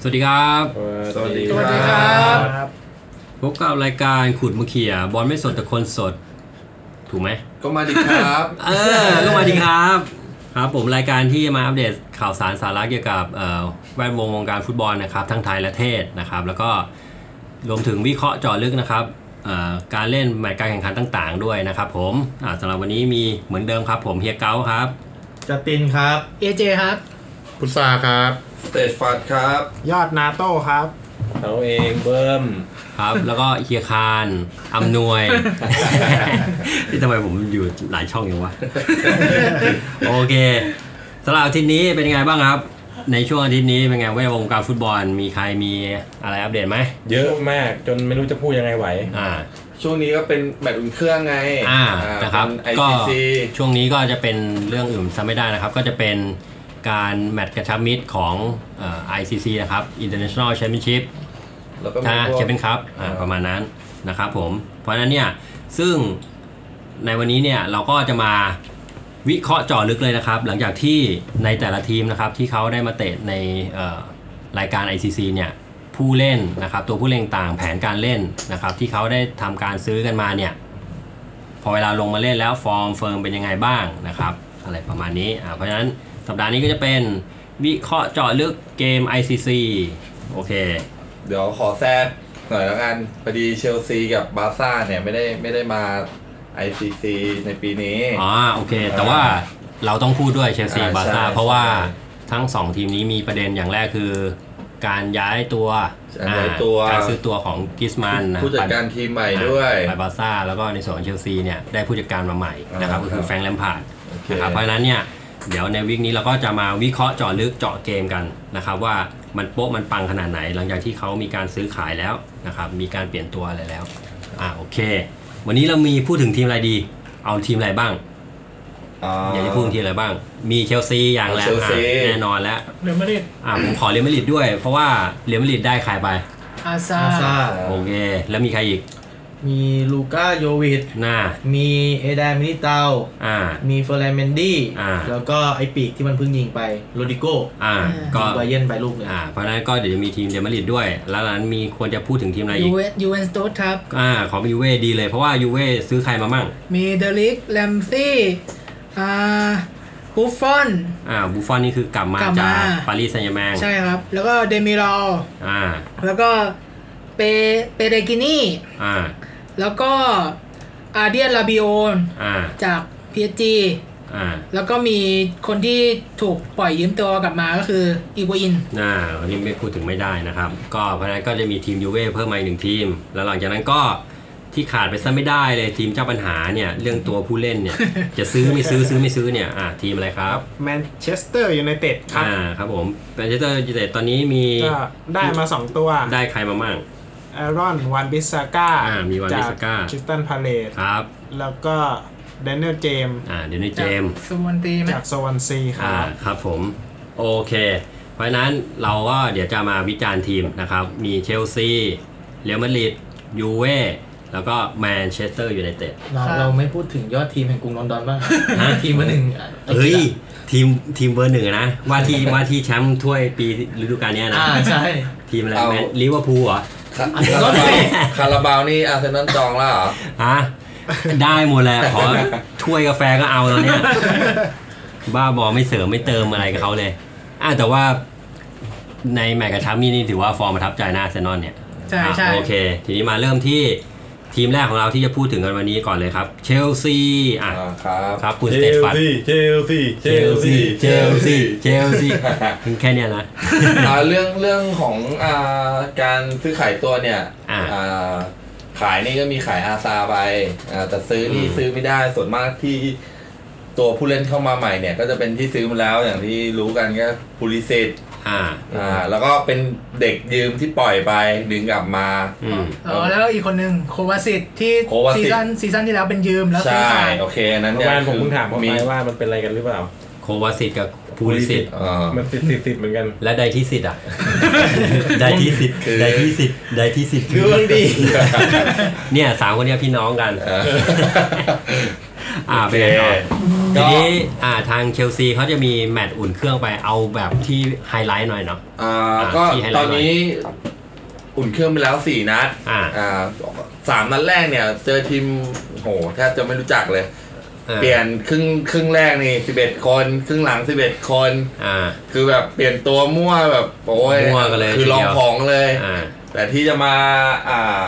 สวัสดีครับ สวัสดี สวัสดี ค ค รั รับ บ พบกับรายการขุดมะเขียบอลไม่สดแต่คนสด ถูกไหม ก็มาดีครับ เออก็มาดีครับ ครับผมรายการที่มาอัปเดตข่าวสารสาระเกี่ยวกับเอ่อแวดวงวงการฟุตบอลนะครับ ทั้งไทยและเทศนะครับ แล้วก็รวมถึงวิเคราะห์เจาะลึกนะครับเอ่อการเล่นแมตช์การแข่งขันต่าง ๆ ด้วยนะครับผมอ่าสำหรับวันนี้มีเหมือนเดิมครับ ผมเฮียเก้าครับ จะตินครับ เอเจครับ พุทราครับ สเตจฟัดครับ ยอดนาโต้ครับ เราเองเบิ้ม ครับ แล้วก็เฮียคารอำน วย ที่ทำไมผมอยู่หลายช่องอย่างวะ โอเคสำหรับอาทิตย์นี้เป็นยังไงบ้างครับ ในช่วงอาทิตย์นี้เป็นไงแวดวงการฟุตบอล มีใครมีอะไรอัปเดตไหม เยอะมากจนไม่รู้จะพูดยังไงไหว อ่า ช่วงนี้ก็เป็นแบบอุ่นเครื่องไง อ่านะครับ ก็ ก็ ICC ช่วงนี้ก็จะเป็นเรื่องอื่นซะไม่ได้นะครับ ก็จะเป็นการแมตช์กระชับมิตรของเอ่อ ICC นะครับ International Championship แล้วก็มี ถ้า พวก แชมเปี้ยนคัพ อ่า ประมาณนั้นนะครับผม เพราะฉะนั้นเนี่ย ซึ่งในวันนี้เนี่ยเราก็จะมาวิเคราะห์เจาะลึกเลยนะครับ หลังจากที่ในแต่ละทีมนะครับที่เขาได้มาเตะในเอ่อรายการ ICC เนี่ยผู้เล่นนะครับ ตัวผู้เล่นต่างแผนการเล่นนะครับ ที่เขาได้ทำการซื้อกันมาเนี่ย พอเวลาลงมาเล่นแล้วฟอร์มเฟิร์มเป็นยังไงบ้างนะครับ อะไรประมาณนี้อ่าเพราะฉะนั้นสัปดาห์นี้ก็จะเป็นวิเคราะห์เจาะลึกเกม ICC โอเค เดี๋ยวขอแทรกหน่อยแล้วกันพอดีเชลซีกับบาร์ซ่าเนี่ยไม่ได้ไม่ได้มา ICC ในปีนี้ อ๋อโอเค แต่ว่าเราต้องพูดด้วยเชลซี อ่า บาร์ซ่า ใช่ เพราะว่า ใช่ ทั้งสองทีมนี้มีประเด็นอย่างแรกคือ การย้ายตัว อันไหนตัว อ่าการซื้อตัวของกิสมันนะ ผู้จัดการ ไป ทีมใหม่ด้วย ไปบาร์ซ่าแล้วก็ในส่วนของเชลซีเนี่ยได้ผู้จัดการมาใหม่นะครับ อ่า ก็คื ครั อบ แฟรงค์แลมพาร์ด โอเค นะครับเพราะฉะนั้นเนี่ยเดี๋ยวในวิกนี้เราก็จะมาวิเคราะห์เจาะลึกเจาะเกมกันนะครับว่ามันโป๊ะมันปังขนาดไหน หลังจากที่เขามีการซื้อขายแล้วนะครับมีการเปลี่ยนตัวอะไรแล้วอ่าโอเค วันนี้เรามีพูดถึงทีมอะไรดี เอาทีมอะไรบ้าง อ๋ อยากจะพูดทีอะไรบ้าง มีเชลซีอย่างแหละ เชลซี อ่ะแน่นอนแล้ว เรอัลมาดริด อ่ะผมขอเรียลมาดริดด้วย เพราะว่าเรียลมาดริดได้ใครไป อาซา อาซา โอเค แล้วมีใครอีก มีลูก้าโยวิช หน้า มีเอดามิลิเตา อ่า มีเฟอร์แลนเมนดี้ อ่า แล้วก็ไอปีกที่มันเพิ่งยิงไปโรดิโก้ อ่า ก็ ไบเยนไปลูกหนึ่ง อ่า เพราะฉะนั้นก็เดี๋ยวจะมีทีมเรียลมาดริดด้วย แล้วหลังนั้นมีควรจะพูดถึงทีมอะไรอี ยู ก เวนยูเวนสตูดครับ อ่า ของยูเว่ดีเลย เพราะว่ายูเว่ซื้อใครมามั่ง มีเดลิกแลมซี่อ่าบุฟฟอน อ่า บุฟฟอนนี่คือกลับมาก ลับมา จากปารีสแซงต์แมง ใช่ครับ แล้วก็เดมิรอล อ่า แล้วก็เปเปเรกินี่ อ่า แล้วก็อาเดียนลาบิโอน อ่า จากพีเจี อ่า แล้วก็มีคนที่ถูกปล่อยยืมตัวกลับมาก็คืออีโบอิน น่าวันนี้ไม่พูดถึงไม่ได้นะครับ ก็เพราะฉะนั้นก็จะมีทีมยูเว่เพิ่มมาอีกหนึ่งทีม แล้วหลังจากนั้นก็ที่ขาดไปซะไม่ได้เลยทีมเจ้าปัญหาเนี่ยเรื่องตัวผู้เล่นเนี่ย จะซื้อไม่ซื้อซื้อไม่ซื้อเนี่ยอ่ะทีมอะไรครับ แมนเชสเตอร์ยูไนเต็ดครับ อ่าครับผมแมนเชสเตอร์ยูไนเต็ดตอนนี้มี ก็ได้มา 2 ตัว ได้ใครมามั่ง แอรอนวันบิสาก้า อ่ามี Wan จาก Bissaka คริสตันพาเลต ครับ แล้วก็แดเนียลเจมส์ อ่าเดี๋ยวนี้เจมส์ สมวันตีไหม จากสวันซีค อ่า รับ ครับผมโอเค เพราะฉะนั้นเราก็เดี๋ยวจะมาวิจารณ์ทีมนะครับ มีเชลซีเรอัลมาดริดยูเว่แล้วก็แมนเชสเตอร์ยูไนเต็ด เราเราไม่พูดถึงยอดทีมแห่งกรุงลอนดอนบ้าง ฮะ ทีมมาหนึ่ง เฮ้ยทีมทีมเบอร์หนึ่งอะนะว่าที่ว่าที่แชมป์ถ้วยปีฤดูกาลเนี้ยนะ อ่าใช่ ทีมอะไร เอา แมนลิเวอร์พูลเหรอ คาราบาวคาราบาวนี่อาร์เซนอลจองแล้วเหรอ ฮะได้หมดแหละขอถ้วยกาแฟก็เอาแล้วเนี่ยบ้าบอไม่เสริมไม่เติมอะไรกับเขาเลยอ่ะแต่ว่าในแมตช์กระชับนี่นี่ถือว่าฟอร์มประทับใจนะอาร์เซนอลเนี่ย ใช่ใช่ อ่ะโอเค ทีนี้มาเริ่มที่ทีมแรกของเราที่จะพูดถึงกันวันนี้ก่อนเลยครับเชลซีอ่ะ อ่าครับ ครับคุณสเตฟาน เชลซี เช เชลซีเชลซีเชลซี แค่เนี้ยนะ อ่าเรื่องเรื่องของอ่าการซื้อขายตัวเนี่ย อ่า อ่าขายนี่ก็มีขายอาซาไปอ่าแต่ซื้อนี่ซื้อไม่ได้ส่วนมากที่ตัวผู้เล่นเข้ามาใหม่เนี่ย ก็จะเป็นที่ซื้อมาแล้วอย่างที่รู้กันก็พูลิเซต อ่า อ่าแล้วก็เป็นเด็กยืมที่ปล่อยไปดึงกลับมา อืม อ๋อแล้วก็อีกคนหนึ่งโควาสิตที่ โควาสิ ซี ต ซั่นซีซั่นที่แล้วเป็นยืมแล้วซื้อ ใช่ ขาย โอเคอันนั้น เมื่เนี่ยวอานผมเพิ่งถามเขา มี ไปว่ามันเป็นอะไรกันหรือเปล่า โควาสิตกับพูลิสิต อ่า มันติดติดติดเหมือนกัน และไดที่สิต อ่ะ ไดที่สิต คือ ไดที่สิตไดที่สิต เรื่องดี เนี่ยสามคนเนี้ยพี่น้องกัน เออ อ่าเป็นไงต่อ ก็ ทีนี้อ่าทางเชลซีเขาจะมีแมตช์อุ่นเครื่องไปเอาแบบที่ไฮไลท์หน่อยเนาะ อ่า อ่ะ ก็ ที่ไฮไลท์ ตอนนี้อุ่นเครื่องไปแล้ว 4 นัด อ่า อ่าสามนัดแรกเนี่ย เจอทีมโหแทบจะไม่รู้จักเลย ออ เปลี่ยนครึ่งครึ่งแรกนี่ 11 คน ครึ่งหลัง 11 คน อ่า คือแบบเปลี่ยนตัวมั่วแบบโอ้ย มั่วกันเลย คือลอทีงเดียว ของเลย อ่า แต่ที่จะมาอ่า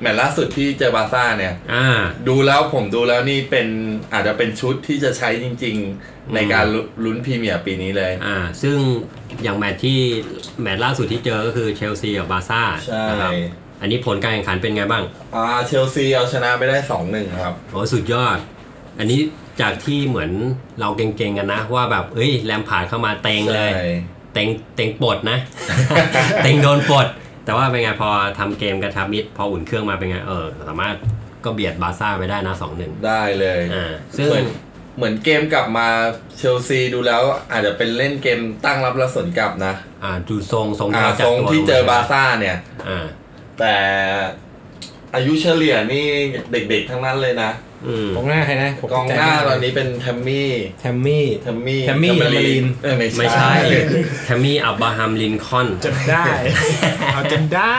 แมตช์ล่าสุดที่เจอบาร์ซ่าเนี่ย อ่า ดูแล้วผมดูแล้วนี่เป็นอาจจะเป็นชุดที่จะใช้จริง อืม ๆ ในการลุ้นพรีเมียร์ปีนี้เลย อ่าซึ่งอย่างแมตช์ที่แมตช์ล่าสุดที่เจอก็คือเชลซีกับบาร์ซ่า ใช่ นะครับ อันนี้ผลการแข่งขันเป็นไงบ้าง อ่าเชลซีเอาชนะไปได้ 2-1 ครับ โอ้สุดยอด อันนี้จากที่เหมือนเราเก่งๆกันนะ ว่าแบบเอ้ยแลมพาร์ดเข้ามาเต็งเลย ใช่ เต็งเต็งปลด นะ เต็งโดนปลด แต่ว่าเป็นไงพอทำเกมกระชับมิตรพออุ่นเครื่องมาเป็นไงเออ สามารถก็เบียดบาร์ซ่าไปได้นะสองหนึ่ง ได้เลย อ่าซึ่ง เหมือนเหมือนเกมกลับมาเชลซีดูแล้วอาจจะเป็นเล่นเกมตั้งรับและสวนกลับนะ อ่าดูทรงทรง อ่า เราจัดทรง ตัว ที่ ล เจอบาร์ซ่าเนี่ย อ่า แต่อายุเฉลี่ยนี่เด็กๆทั้งนั้นเลยนะ อืม กองหน้าใครนะผม กองหน้าตอนนี้เป็นแทมมี่ แทมมี่ แทมมี่ แทมมี่ กาเบ แทมมารีน เออ ไม่ ไม่ ใช่แทมมี่อับบราฮัมลินคอล์น จนได้ เอาจนได้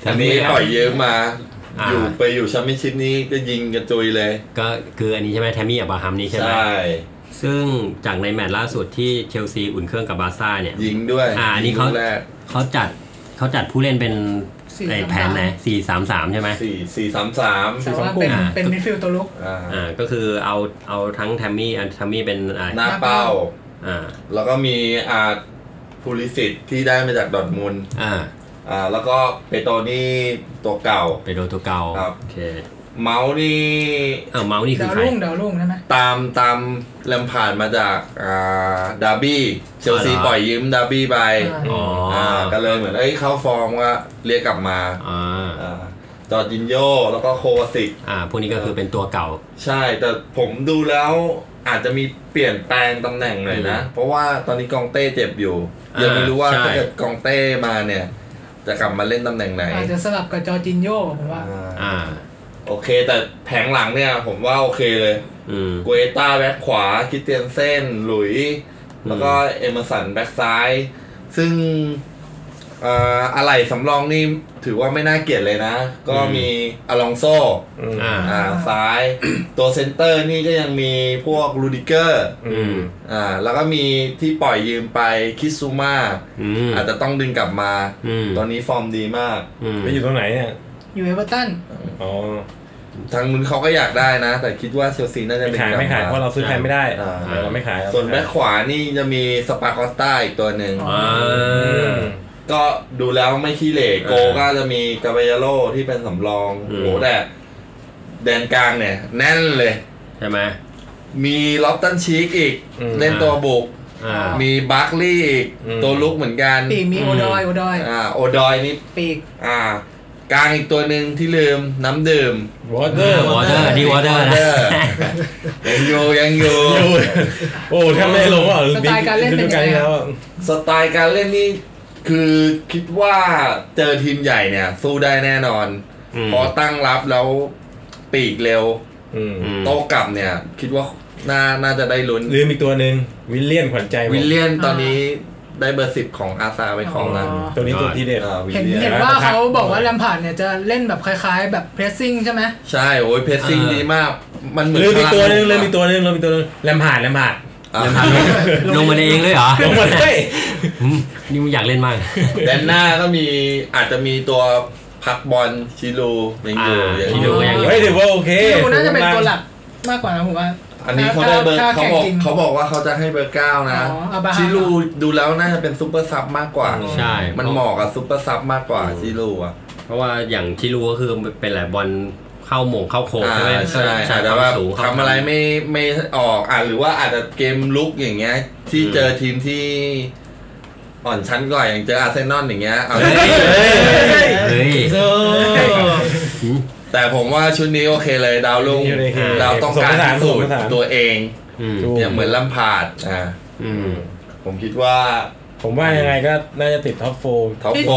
แทมมี่ปล่อยเยอะมา อ่า อยู่ไปอยู่แชัมเปี้ยนชิพนี้ก็ยิงกระจุยเลย ก็คืออันนี้ใช่ไหมแทมมี่อับบราฮัมนี้ใช่ไหม ซึ่งจากในแมตช์ล่าสุดที่เชลซีอุ่นเครื่องกับบาร์ซ่าเนี่ย ยิงด้วย อ่าอันนี้เขา ยิงลูกแรก เขาจัดเขาจัดผู้เล่นเป็น สี่ ไอ้ สามสาม แผนไหนสี่สามสามใช่ไหม สี่สี่สามสาม แต่ว่าเป็น อ่า เป็นมิดฟิลด์ตัวลุก อ่า อ่าก็คือเอาเอาทั้งแทมมี่อันแทมมี่เป็นอ่า หน้าเป้า อ่า แล้วก็มีอาร์ตพูลิสิตที่ได้มาจากดอร์ทมุนด์ อ่า อ่า แล้วก็เปโตนี่ตัวเก่า ไปโดนตัวเก่า ครับ โอเค เมาส์นี่ เออเมาส์นี่คือ ดาว ใคร รุ่งดาวรุ่งใช่ไหม ตามตามแลมผ่านมาจากอ่าดาร์บี้เชลซี อ๋อเหรอ ปล่อยยืมดาร์บี้ไป อ๋อ อ่าก็เลยเหมือนเอ้ยเข้าฟอร์มว่าเรียกกลับมา อ่า อ่าจอร์จินโยแล้วก็โควาสิก อ่าพวกนี้ก็คือเป็นตัวเก่า ใช่ แต่ผมดูแล้วอาจจะมีเปลี่ยนแปลงตำแหน่งหน่อยนะ เพราะว่าตอนนี้กองเต้เจ็บอยู่ อ่ายั ยังไม่รู้ว่า ใช่ ถ้าเกิดกองเต้มาเนี่ย จะกลับมาเล่นตำแหน่งไหน อาจจะสลับกับจอร์จินโยผมว่า อ่า อ่า โอเค แต่แผงหลังเนี่ย ผมว่าโอเคเลย อืม ก u เอต้าแบ็คขวาคิสเตียนเซนหลุย แล้วก็เอเมอร์สันแบ็คซ้าย ซึ่งอ่าอะไรสำรองนี่ถือว่าไม่น่าเกลียดเลยนะ ก็ อืม มีอลองโซ อืม อ่า อ่าซ้าย ตัวเซนเตอร์นี่ก็ยังมีพวกลูดิเกอร์ อืม อ่าแล้วก็มีที่ปล่อยยืมไปคิซูมา อืม อาจจะต้องดึงกลับมา อืม ตอนนี้ฟอร์มดีมาก อืม แล้วอยู่ตรงไหนเนี่ย อยู่เอเวอร์ตัน อ๋อ ทางนู้นเขาก็อยากได้นะ แต่คิดว่าเชลซีน่าจะ ไม่ ดึง ขากยลับ ไม่ขายเพราะ มา เราซื้อใครไม่ได้ อ่า เออเราไม่ขายเราไม่ขาย ส่วนแบ็คขวานี่จะมีสปาคอตต้าอีกตัวหนึ่ง อ๋อ อ่ อื า ม ก็ดูแล้วไม่ขี้เหร่โก อ่า ก็จะมีกาเบยโลที่เป็นสำรอง อื โอ้ ม โหแต่แดนกลางเนี่ย แน่นเลย ใช่ไหม มีล็อบตันชีกอีก อืม เล่นตัวบุก อ่า มีบัคลี่อีก อืม ตัวลุกเหมือนกัน ปีกมี อืม โอดอยโอดอย อ่า โอดอยนี่ ปีก อ่ากลางอีกตัวหนึ่งที่ลืมน้ำดื่ม วอเตอร์ วอเตอร์ดีวอเตอร์นะ Water ยังอยู่ยังอยู่ โอ้โหถ้าไม่ลงก็ สไตล์การเล่นเป็น ฤดูกาล ยังไง ที่แล้วอะ สไตล์การเล่นนี่คือคิดว่าเจอทีมใหญ่เนี่ย สู้ได้แน่นอน อืม เพอตั้งรับแล้วปีกเร็ว อืม อืม โต้กลับเนี่ย คิดว่าน่าน่าจะได้ลุ้น ลืมอีกตัวหนึ่งวิลเลียนขวัญใจผม วิลเลียนตอนนี้ได้เบอร์สิบของอาซาไปของนั้น ตัวนี้ตัวทีเด็ด อ่าวิล เห็น เลีย เห็ น นว่าเขาบอกว่าแลมพาร์ดเนี่ยจะเล่นแบบคล้ายๆ แบบเพรสซิ่งใช่ไหม ใช่โอ้ยเพสซิ่ง เออ ดีมาก มันเหมือน ลืมอีกตัวหนึงลืมอีก ตัว ตัวหนึงลืมอีกตัวหนึงแลมหาดแลมหาด ลำพัง ลงมาเองเลยเหรอ ลงหมดเลย อืมนี่มึงอยากเล่นมาก แดนหน้าก็มีอาจจะมีตัวพักบอลชิโรูยังอยู่ อ่า ยัง ชิ อ โร่ ยู่ ยังอยู่ เฮ้ยถือว่าโอเค ที่ดูน่าจะเป็นตัวหลักมากกว่านะผมว่า อันนี้เขาได้เบอร์ ถ้ เขาบแข่งอก จริง เขาบอกว่าเขาจะให้เบอร์เก้านะ อ๋ออับราฮัม ชิโรูดูแล้วน่าจะเป็นซูเปอร์ซับมากกว่า ใช่ มันเหมาะกับซูเปอร์ซับมากกว่าชิโรูอ่ะ เพราะว่าอย่างที่รู้ก็คือเป็นแหละบอลเข้าโหมงเข้าโค้งใช่ไหม อ่าใช่ ใช่ แต่ ค ว่าว มสูงเข้า ทำอะไรไม่ไม่ออกอ่ะหรือว่าอาจจะเกมลุกอย่างเงี้ย ที่เจอทีมที่อ่อนชั้นกว่าอย่างเจออาร์เซนอลอย่างเงี้ยเอา เฮ้ย เออ แต่ผมว่าชุดนี้โอเคเลยดาวลุ่ง อยู่ในเขต ดาวต้องการพิสูจน์ตัวเอง อืม เนี่ยเหมือนลำพาดอ่า อืม ผมคิดว่า ผมว่ายังไงก็น่าจะติดท็อปโฟร์ ท็อป ที่ โฟ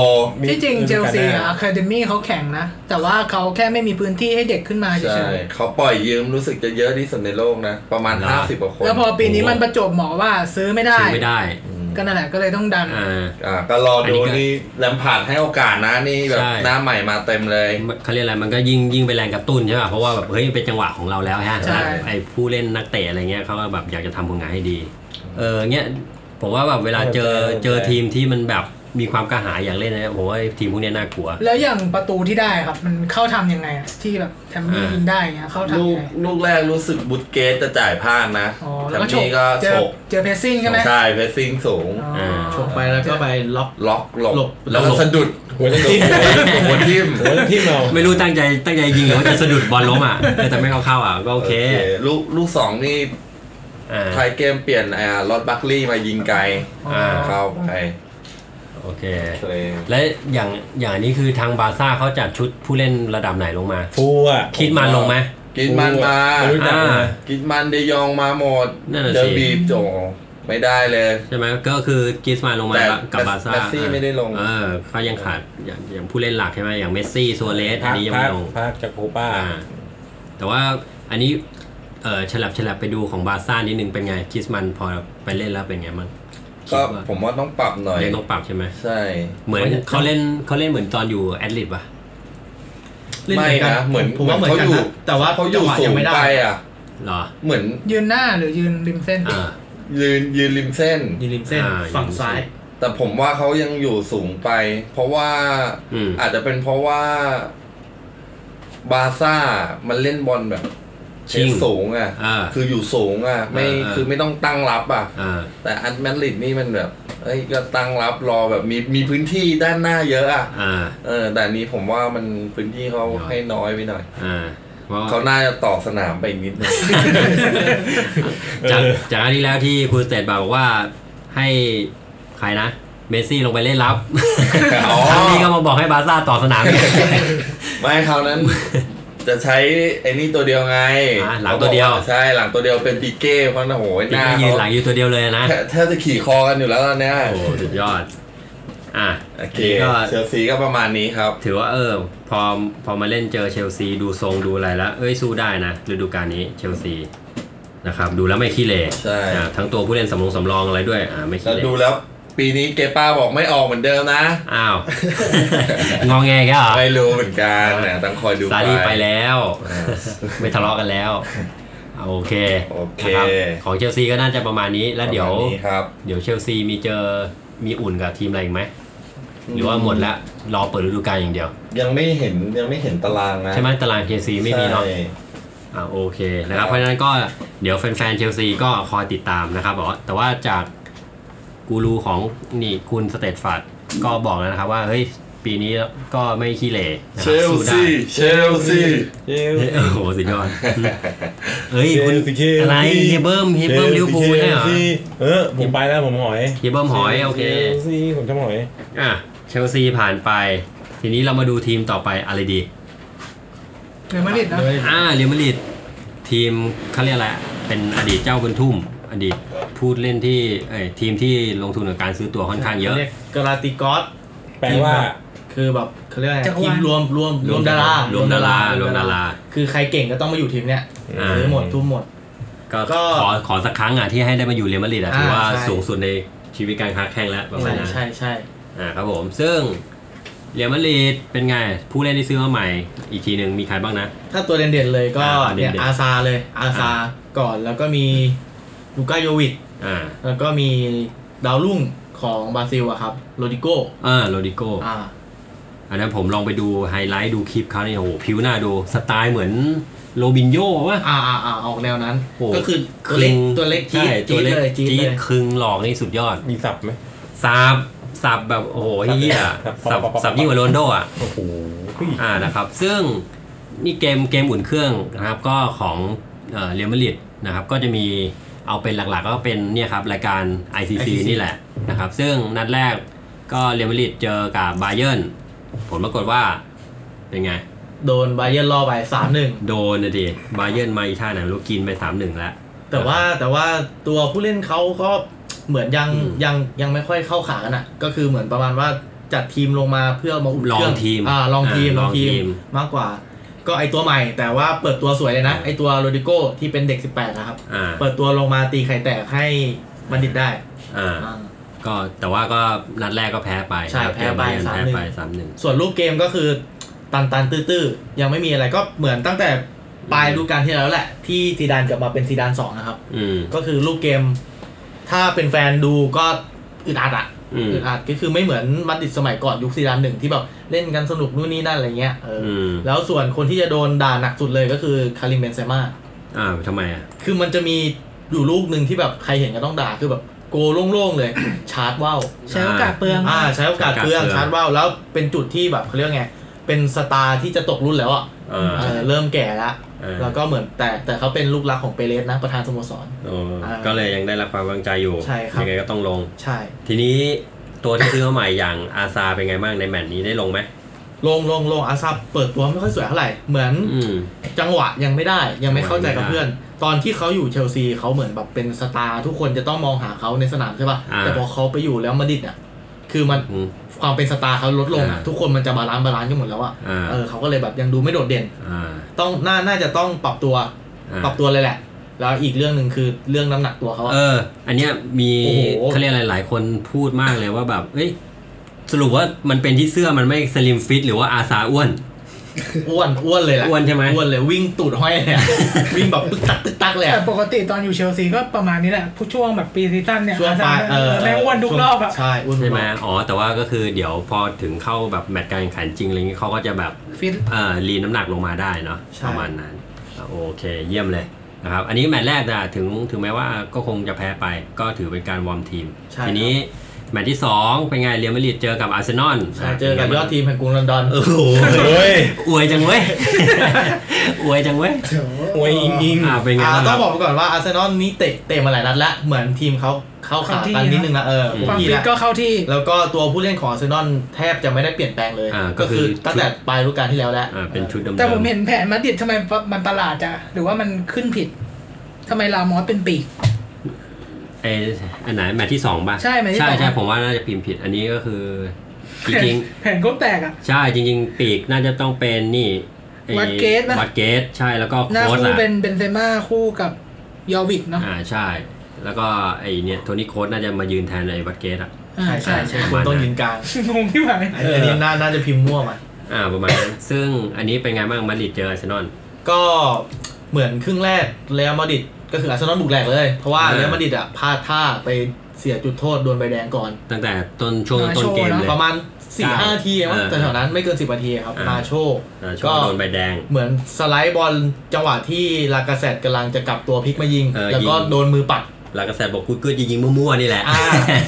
ที่จริงเจลซี มีฤดูกาลหน้า อะคาเดมี่เขาแข่งนะ แต่ว่าเขาแค่ไม่มีพื้นที่ให้เด็กขึ้นมาเฉ ใช่ ย เขาปล่อยยืมรู้สึกจะเยอะที่สุดในโลกนะ ประมาณ เหรอ 50กว่าค ๆ น แล้วพอปีนี้มันประจวบเหมาะว่าซื้อไม่ได้ ซื้อไม่ได้ ก็นั่นแหละก็เลยต้องดัน อ่า อ่าก็รอดู อันนี้ก็ นี่แลมพาร์ดให้โอกาสนะนี่แบบ ใช่ หน้าใหม่มาเต็มเลย เขาเรียกอะไรมันก็ยิ่งยิ่งไปแรงกระตุ้นใช่ป่ะเพราะว่าแบบเฮ้ยเป็นจังหวะของเราแล้วฮะ ใช่ ไอ้ผู้เล่นนักเตะอะไรเงี้ยเขาก็แบบอยากจะทำผลงานให้ดี เออเงี้ยผมว่าแบบเวลาเจอเจอทีมที่มันแบบมีความกระหายอยากเล่นนะผมว่าไอ้ทีมพวกเนี้ยน่ากลัว แล้วอย่างประตูที่ได้ครับ มันเข้าทำยังไงอะที่แบบแทมมี่ อ่ายิ ยิงได้เงี้ยเข้าทำ ลูกยังไง ลูกแรกรู้สึกบุตเกตจะจ่ายพลาดนะ อ๋อ แถ แล้ว ม ก็ฉก นี้ก็ เจ ฉ อก เจอเพสซิ่งใช่ไหม ใช่เพสซิ่งสูง อ๋อ า ชกไปแล้วก็ไปล็อก ล็อกหล หล บบ แล้วก็ หลบ สะดุด หัวจะทิ่ม หัวทิ่ม หัวจะทิ่มเรา ไม่รู้ตั้งใจตั้งใจยิงหรือว่าจะสะดุดบอลล้มอ่ะเออแต่ไม่เข้าเข้าอ่ะก็โอเค ลูกลูกสองนี่ อ่า ไทายเกมเปลี่ยนอ่าลอดบัคลี่มายิงไกล อ่า เข้าไป โอเค เลย และอย่างอย่างอันนี้คือทางบาร์ซ่าเขาจัดชุดผู้เล่นระดับไหนลงมา ฟูอ่ะ คิดมาลงไหม กินมันมา ไรู้จัก อ่า นะ กินมันเดยองมาหมด นั่นน่ะสิ เดอร์บีบโจไม่ได้เลย ใช่ไหมก็คือกิสมาลงมา แต่ แล้วกับบาร์ซ่า เมสซี่ไม่ได้ลง เออเขายังขาดอย่างอย่างผู้เล่นหลักใช่ไหมอย่างเมสซี่ซัวเรสอันนี้ยังไม่ลง ภาคจากโคป้า อ่าแต่ว่าอันนี้เออฉลับฉลับไปดูของบาร์ซ่านิดนึงเป็นไงกิสมันพอไปเล่นแล้วเป็นไงมั้ง ก็ คิดว่า ผมว่าต้องปรับหน่อย ยังต้องปรับใช่ไหม ใช่ เหมือนเขาเล่นเขาเล่นเหมือนตอนอยู่แอตเลติกป่ะ เล่น ไม่ กั นะเหมือน ผมว่าเหมือน เขา กัน อยู่ นะแต่ว่า เขาอยู่ จังหวะ สู ยัง งไม่ได้ ไปอ่ะ เหรอ เหมือน ยืนหน้าหรือยืนริมเส้น อ่า ยืนยืนริมเส้น ยืนริมเส้น อ่า ฝั่งซ้าย แต่ผมว่าเขายังอยู่สูงไป เพราะว่า อืม อาจจะเป็นเพราะว่า บาร์ซ่ามันเล่นบอลแบบ ชิง เทสสูงอ่ะ อ่า คืออยู่สูงอ่ะ ไม่ อ่าอ่า คือไม่ต้องตั้งรับอ่ะ อ่า แต่อันแมนลิดนี่มันแบบเอ้ยก็ตั้งรับรอแบบมีมีพื้นที่ด้านหน้าเยอะอ่ะ อ่า เออแต่อันนี้ผมว่ามันพื้นที่เขา น้อย ให้น้อยไปหน่อย อ่าเพราะ เขาน่าจะต่อสนามไปอีกนิดนึง จาก เออ จากอันที่แล้วที่คุณเตดบอกว่าให้ใครนะเมสซี่ลงไปเล่นรับ อ๋อ ครั้งนี้ก็มาบอกให้บาร์ซ่าต่อสนามอีก ไม่คราวนั้น จะใช้ไอ้นี่ตัวเดียวไง อ่ะหลังตัวเดียว ใช่หลังตัวเดียวเป็นปีเก้เพราะนะโหยห ปี น้า นี้ยืนหลังเขาอยู่ตัวเดียวเลยนะ แทบแทบจะขี่คอกันอยู่แล้วตอนเนี้ย โอ้โหสุดยอด อ่ะ โอเค นี่ก็ เชลซีก็ประมาณนี้ครับ ถือว่าเออ พอพอมาเล่นเจอเชลซีดูทรงดูอะไรแล้ว เอ้ยสู้ได้นะฤดูกาลนี้เชลซีนะครับ ดูแล้วไม่ขี้เหร่ ใช่ อ่ะทั้งตัวผู้เล่นสำรองสำรองอะไรด้วยอ่าไม่ แล้ ขี้เหร่วดูแล้ว ปีนี้เกป้าบอกไม่ออกเหมือนเดิมนะ อ้าว งองแงแกแล้วเหรอ ไม่รู้เหมือนกันนะต้องคอยดู ซาดีไปแล้ว อ่า ไม่ทะเลาะกันแล้วเอาโอเค โอเค นะครับของเชลซีก็น่าจะประมาณนี้ แล้วเดี๋ยว ประมาณนี้ครับ เดี๋ยวเชลซีมีเจอ มีอุ่นกับทีมอะไรอีกไหม หรือว่าหมดละรอเปิดฤดูกาลอย่างเดียว ยังไม่เห็นยังไม่เห็นตารางนะ ใช่ไหมตารางเชลซีไม่มีเนาะ ใช่ อ่าโอเคนะครับ เพราะฉะนั้นก็เดี๋ยวแฟนๆเชลซีก็คอยติดตามนะครับบอกว่าแต่ว่าจากกูรูของนี่คุณสเตตฟัดก็บอกแล้วนะครับว่าเฮ้ยปีนี้ก็ไม่ขี้เหร่นะค เช รับ ล สู้ได้ ซีเชลซี เย้ เฮ้ยโอ้โหสุดยอดเฮ้ยคุณ เชลซี อะไรเฮเบิร์มเฮเบิร์มลิเวอร์พูลใช่เหรอ ชลซีเออผมไปแล้วผมหอย เฮเบิร์มหอยโอเค ชลซีผมชอบหอย อ่ะเชลซีผ่านไป ทีนี้เรามาดูทีมต่อไปอะไรดี เรอัลมาดริดนะ อ่าเรอัลมาดริดทีมเขาเรียกอะไรเป็นอดีตเจ้าบุญทุ่ม อดีตพูดเล่นที่เอ้ยทีมที่ลงทุนกับการซื้อตัวค่อนข้างเยอะ รีกกราติกอส แปลว่า คือแบบเขาเรียกอะไร จักร ที วาล มรวมรวมรวมดาราร ร วมดารารวมดารารวมดารา คือใครเก่งก็ต้องมาอยู่ทีมเนี้ย อ่า ซื้อหมดทุ่มหมด ก็ ก็ ขอขอสักครั้งอ่ะที่ให้ได้มาอยู่เรอัลมาดริดอ่ะ อ่า ถือว่า ใช่ สูงสุดในชีวิตการค้าแข่งแล้วประมา ใช่ ณนั้น ใช่ใช่ อ่าครับผม ซึ่งเรอัลมาดริดเป็นไง ผู้เล่นที่ซื้อมาใหม่ อีกทีหนึ่งมีใครบ้างนะ ถ้าตัวเด่นๆเลยก็ อ่า เนี่ย เด่นๆ อาซาเลยอาซาก่อนแล้วก็มีลูก้าโยวิช อ่า แล้วก็มีดาวรุ่งของบราซิลอะครับโรดิโก อ่าโรดิโก อ่า อันนั้นผมลองไปดูไฮไลท์ดูคลิปเขาเนี่ยโหผิวหน้าดูสไตล์เหมือนโรบินโญ่วะ อ่าอ่าอ่าออกแนวนั้น โอ้ ก็คือตัวเล็กตัวเล็กจี๊ด ใช่ จี๊ดเลยจี๊ด จี๊ เล ด ย ครึงหลอกนี่สุดยอด มีสับไหม สับสับแบบ โอ้โหเฮีย สั สับบ ปะปะปะ สับยิ่งกว่าโรนลโดอ่ะ โอ้โห อ่านะครับ ซึ่งนี่เกมเกมอุ่นเครื่องนะครับ ก็ของเอ่อเรอัลมาดริดนะครับ ก็จะมีเอาเป็นหลักๆ ก็เป็นเนี่ยครับ รายการ ICC นี่แหละนะครับ ซึ่งนัดแรกก็เรอัลมาดริดเจอกับบาเยิร์นผลปรากฏว่าเป็นไง โดนไบาเยร์นล่อไปสามหนึ่ง โดนนะดิบาเยิร์นมาอีท่าไหนไม่รู้กินไปสามหนึ่งแล้ว แต่ว่าแต่ว่าตัวผู้เล่นเขาก็ เหมือนยัง อืม ยังยังไม่ค่อยเข้าขากันอ่ะ ก็คือเหมือนประมาณว่าจัดทีมลงมาเพื่อมาอุ่นเครื่ ลองทีม อ่าลองทีม อ่า ลองที ลองที ม ม มากกว่า ก็ไอตัวใหม่ แต่ว่าเปิดตัวสวยเลยนะ ไอตัวโรดิโก้ที่เป็นเด็ก 18 นะครับ อ่า เปิดตัวลงมาตีไข่แตกให้บัณฑิตได้ อ่า อ่า ก็แต่ว่าก็นัดแรกก็แพ้ไป ใช่แพ้ไป เกมเยือน สาม แพ้ หนึ่ง ไปสามหนึ่ง ส่วนรูปเกมก็คือตันตันๆตื้อๆ ยังไม่มีอะไรก็เหมือนตั้งแต่ปลายฤดูกาลที่แล้วแหละ ที่ซีดานกลับมาเป็นซีดานสองนะครับ อืม ก็คือรูปเกม ถ้าเป็นแฟนดูก็อึดอัดอะ อืม อึดอัดก็คือไม่เหมือนมัดดิดสมัยก่อนยุคซีดานหนึ่งที่แบบเล่นกันสนุกนู่นนี่นั่นอะไรเงี้ยเอออ ม แล้วส่วนคนที่จะโดนด่าหนักสุดเลยก็คือคาริมเบนเซม่า อ่าทำไมอ่ะ คือมันจะมีอยู่ลูกหนึ่งที่แบบใครเห็นก็ต้องด่าคือแบบโกโล่งๆเลย ชาร์จว่าว ใช้โอกาสเปลือง อ่าใช้โอกาสเปลือง โอกาสเปลือง ชาร์จว่าวแล้วเป็นจุดที่แบบเขาเรียกไง เป็นสตาร์ที่จะตกรุ่นแล้วอ่ะ เออ เออเริ่มแก่แล้ว เออ แล้วก็เหมือนแต่แต่เขาเป็นลูกรักของเปเรสนะ ประธานสโมสร โอ้ อ่า ก็เลยยังได้รับความวางใจอยู่ ใช่ครับ ยังไงก็ต้องลง ใช่ ทีนี้ตัวที่ซื้อมาใหม่อย่างอาซาเป็นไงบ้างในแมตช์นี้ได้ลงไหม ลงลงลงอาซับเปิดตัวไม่ค่อยสวยเท่าไหร่ เหมือน อืม จังหวะยังไม่ได้ยังไม่เข้าใจกับ จังหวะยังไม่ได้ เพื่อน ตอนที่เขาอยู่เชลซีเขาเหมือนแบบเป็นสตาร์ทุกคนจะต้องมองหาเขาในสนามใช่ป่ะ อ่า แต่พอเขาไปอยู่แล้วมาดริดอ่ะคือมัน อืม ความเป็นสตาร์เขาลดลงอ่ะ อ่า ทุกคนมันจะบาลานซ์บาลานซ์กันหมดแล้วอ่ะ อ่า เออเขาก็เลยแบบยังดูไม่โดดเด่น อ่า ต้องน่าน่าจะต้องปรับตัว อ่า ปรับตัวเลยแหละ แล้วอีกเรื่องหนึ่งคือเรื่องน้ำหนักตัวเขาอะ เออ อันเนี้ยมี โอ้โห เขาเรียกอะไรหลายคนพูดมากเลยว่าแบบ เอ้ยสรุปว่ามันเป็นที่เสื้อมันไม่สลิมฟิตหรือว่าอาซาอ้วน อ้วนอ้วนเลยแหละ อ้วนใช่ไหม อ้วนเลยวิ่งตูดห้อยเนี่ย วิ่งแบบตึกตักตึกตักเลย แต่ อะ ปกติตอนอยู่เชลซีก็ประมาณนี้แหละผู้ช่วงแบบปีซีซั่นเนี่ย ช่วงปลาย อาจารย์ เออ แม่งอ้วนทุกรอบอะ ใช่อ้วนทุก ใช่ไหม รอบ อ๋อ แต่ว่าก็คือเดี๋ยวพอถึงเข้าแบบแมตช์การแข่งขันจริงอะไรเงี้ยเขาก็จะแบบ ฟิต เอ่อลีนน้ำหนักลงมาได้เนาะ ใช่ ประมาณนั้นอ่ะโอเคเยี่ยมเลยนะครับอันนี้แมตช์แรกนะถึงถึงแม้ว่าก็คงจะแพ้ไปก็ถือเป็นการวอร์มทีม ใช่ ทีนี้แมตช์ที่ 2 เป็นไงเรียลมาดริดเจอกับอาร์เซนอล ใช่เจอกับยอดทีมแห่งกรุงลอนดอน โอ้โห เฮ้ย อวยจังเว้ย อวยจังเว้ย อวยอิงอิง อ่าเป็นไง อ่า บ้างครับต้องบอกไปก่อนว่าอาร์เซนอลนี่เตะเตะมาหลายนัดแล้วเหมือนทีมเขาเข้าขา เข้าที่ กันนิดนึงนะเออ อืม ความ ที่ ฟิต ละ ก็เข้าที่ แล้วก็ตัวผู้เล่นของอาร์เซนอลแทบจะไม่ได้เปลี่ยนแปลงเลย อ่าก็ ก็ คื คือ อตั้งแต่ปลายฤดูกาลที่แล้วแล้ว อ่าเป็นชุดเดิมๆ แต่ผมเห็นแผนมาดริดทำไมมันประหลาดจ้ะหรือว่ามันขึ้นผิดทำไมลามอสเป็นปีก ไออันไหนแมตช์ที่2ป่ะ ใช่แมตช์ที่ ใช่ สอง ใช่ผมว่าน่าจะพิมพ์ผิดอันนี้ก็คือจริงๆ แผนก็แตกอ่ะ ใช่จริง ๆ ปีกน่าจะต้องเป็นนี่ไอ้ วัดเกตปะ วัดเกตใช่แล้วก็ หน้า โค้ช คู่ อะ เป็นเบนเซม่าคู่กับยอวิกเนาะ อ่าใช่ แล้วก็ไอ้เนี่ยโทนี่โค้ชน่าจะมายืนแทนไอ้วัดเกตอ่ะ อ่า ใช่ ใช่ ใช่ ใช่ ใช่คุณต้องยืนกลาง งงที่ไห น อันนี้น่าน่าจะพิมพ์มั่วมา อ่าประมาณ นั้น ซึ่งอันนี้เป็นไงบ้างมาดริดเจออาร์เซนอล ก็เหมือนครึ่งแรกเรอัลมาดริดก็คืออาร์เซนอลบุกแหลกเลย เพราะว่า อ่า เรอัลมาดริดอ่ะพลาดท่าไปเสียจุดโทษโดนใบแดงก่อน ตั้งแต่ต้นช่วง มาโชว์ ต้นเกม นะ เลย ประมาณ4ี่ เก้า ห้านาทีมั้ง เออ แต่แถวนั้นไม่เกิน 10นาทีครับ อ่าม มาโช อ่าช่ว ก็ งโดนใบแดง เหมือนสไลด์บอลจังหวะที่ลากาเซตกำลังจะกลับตัวพลิกมายิง เออ แล้วก็ ยิง โดนมือปัด แล้วก็แซดบอกกูก็จะยิงมั่วๆนี่แหละ อ่า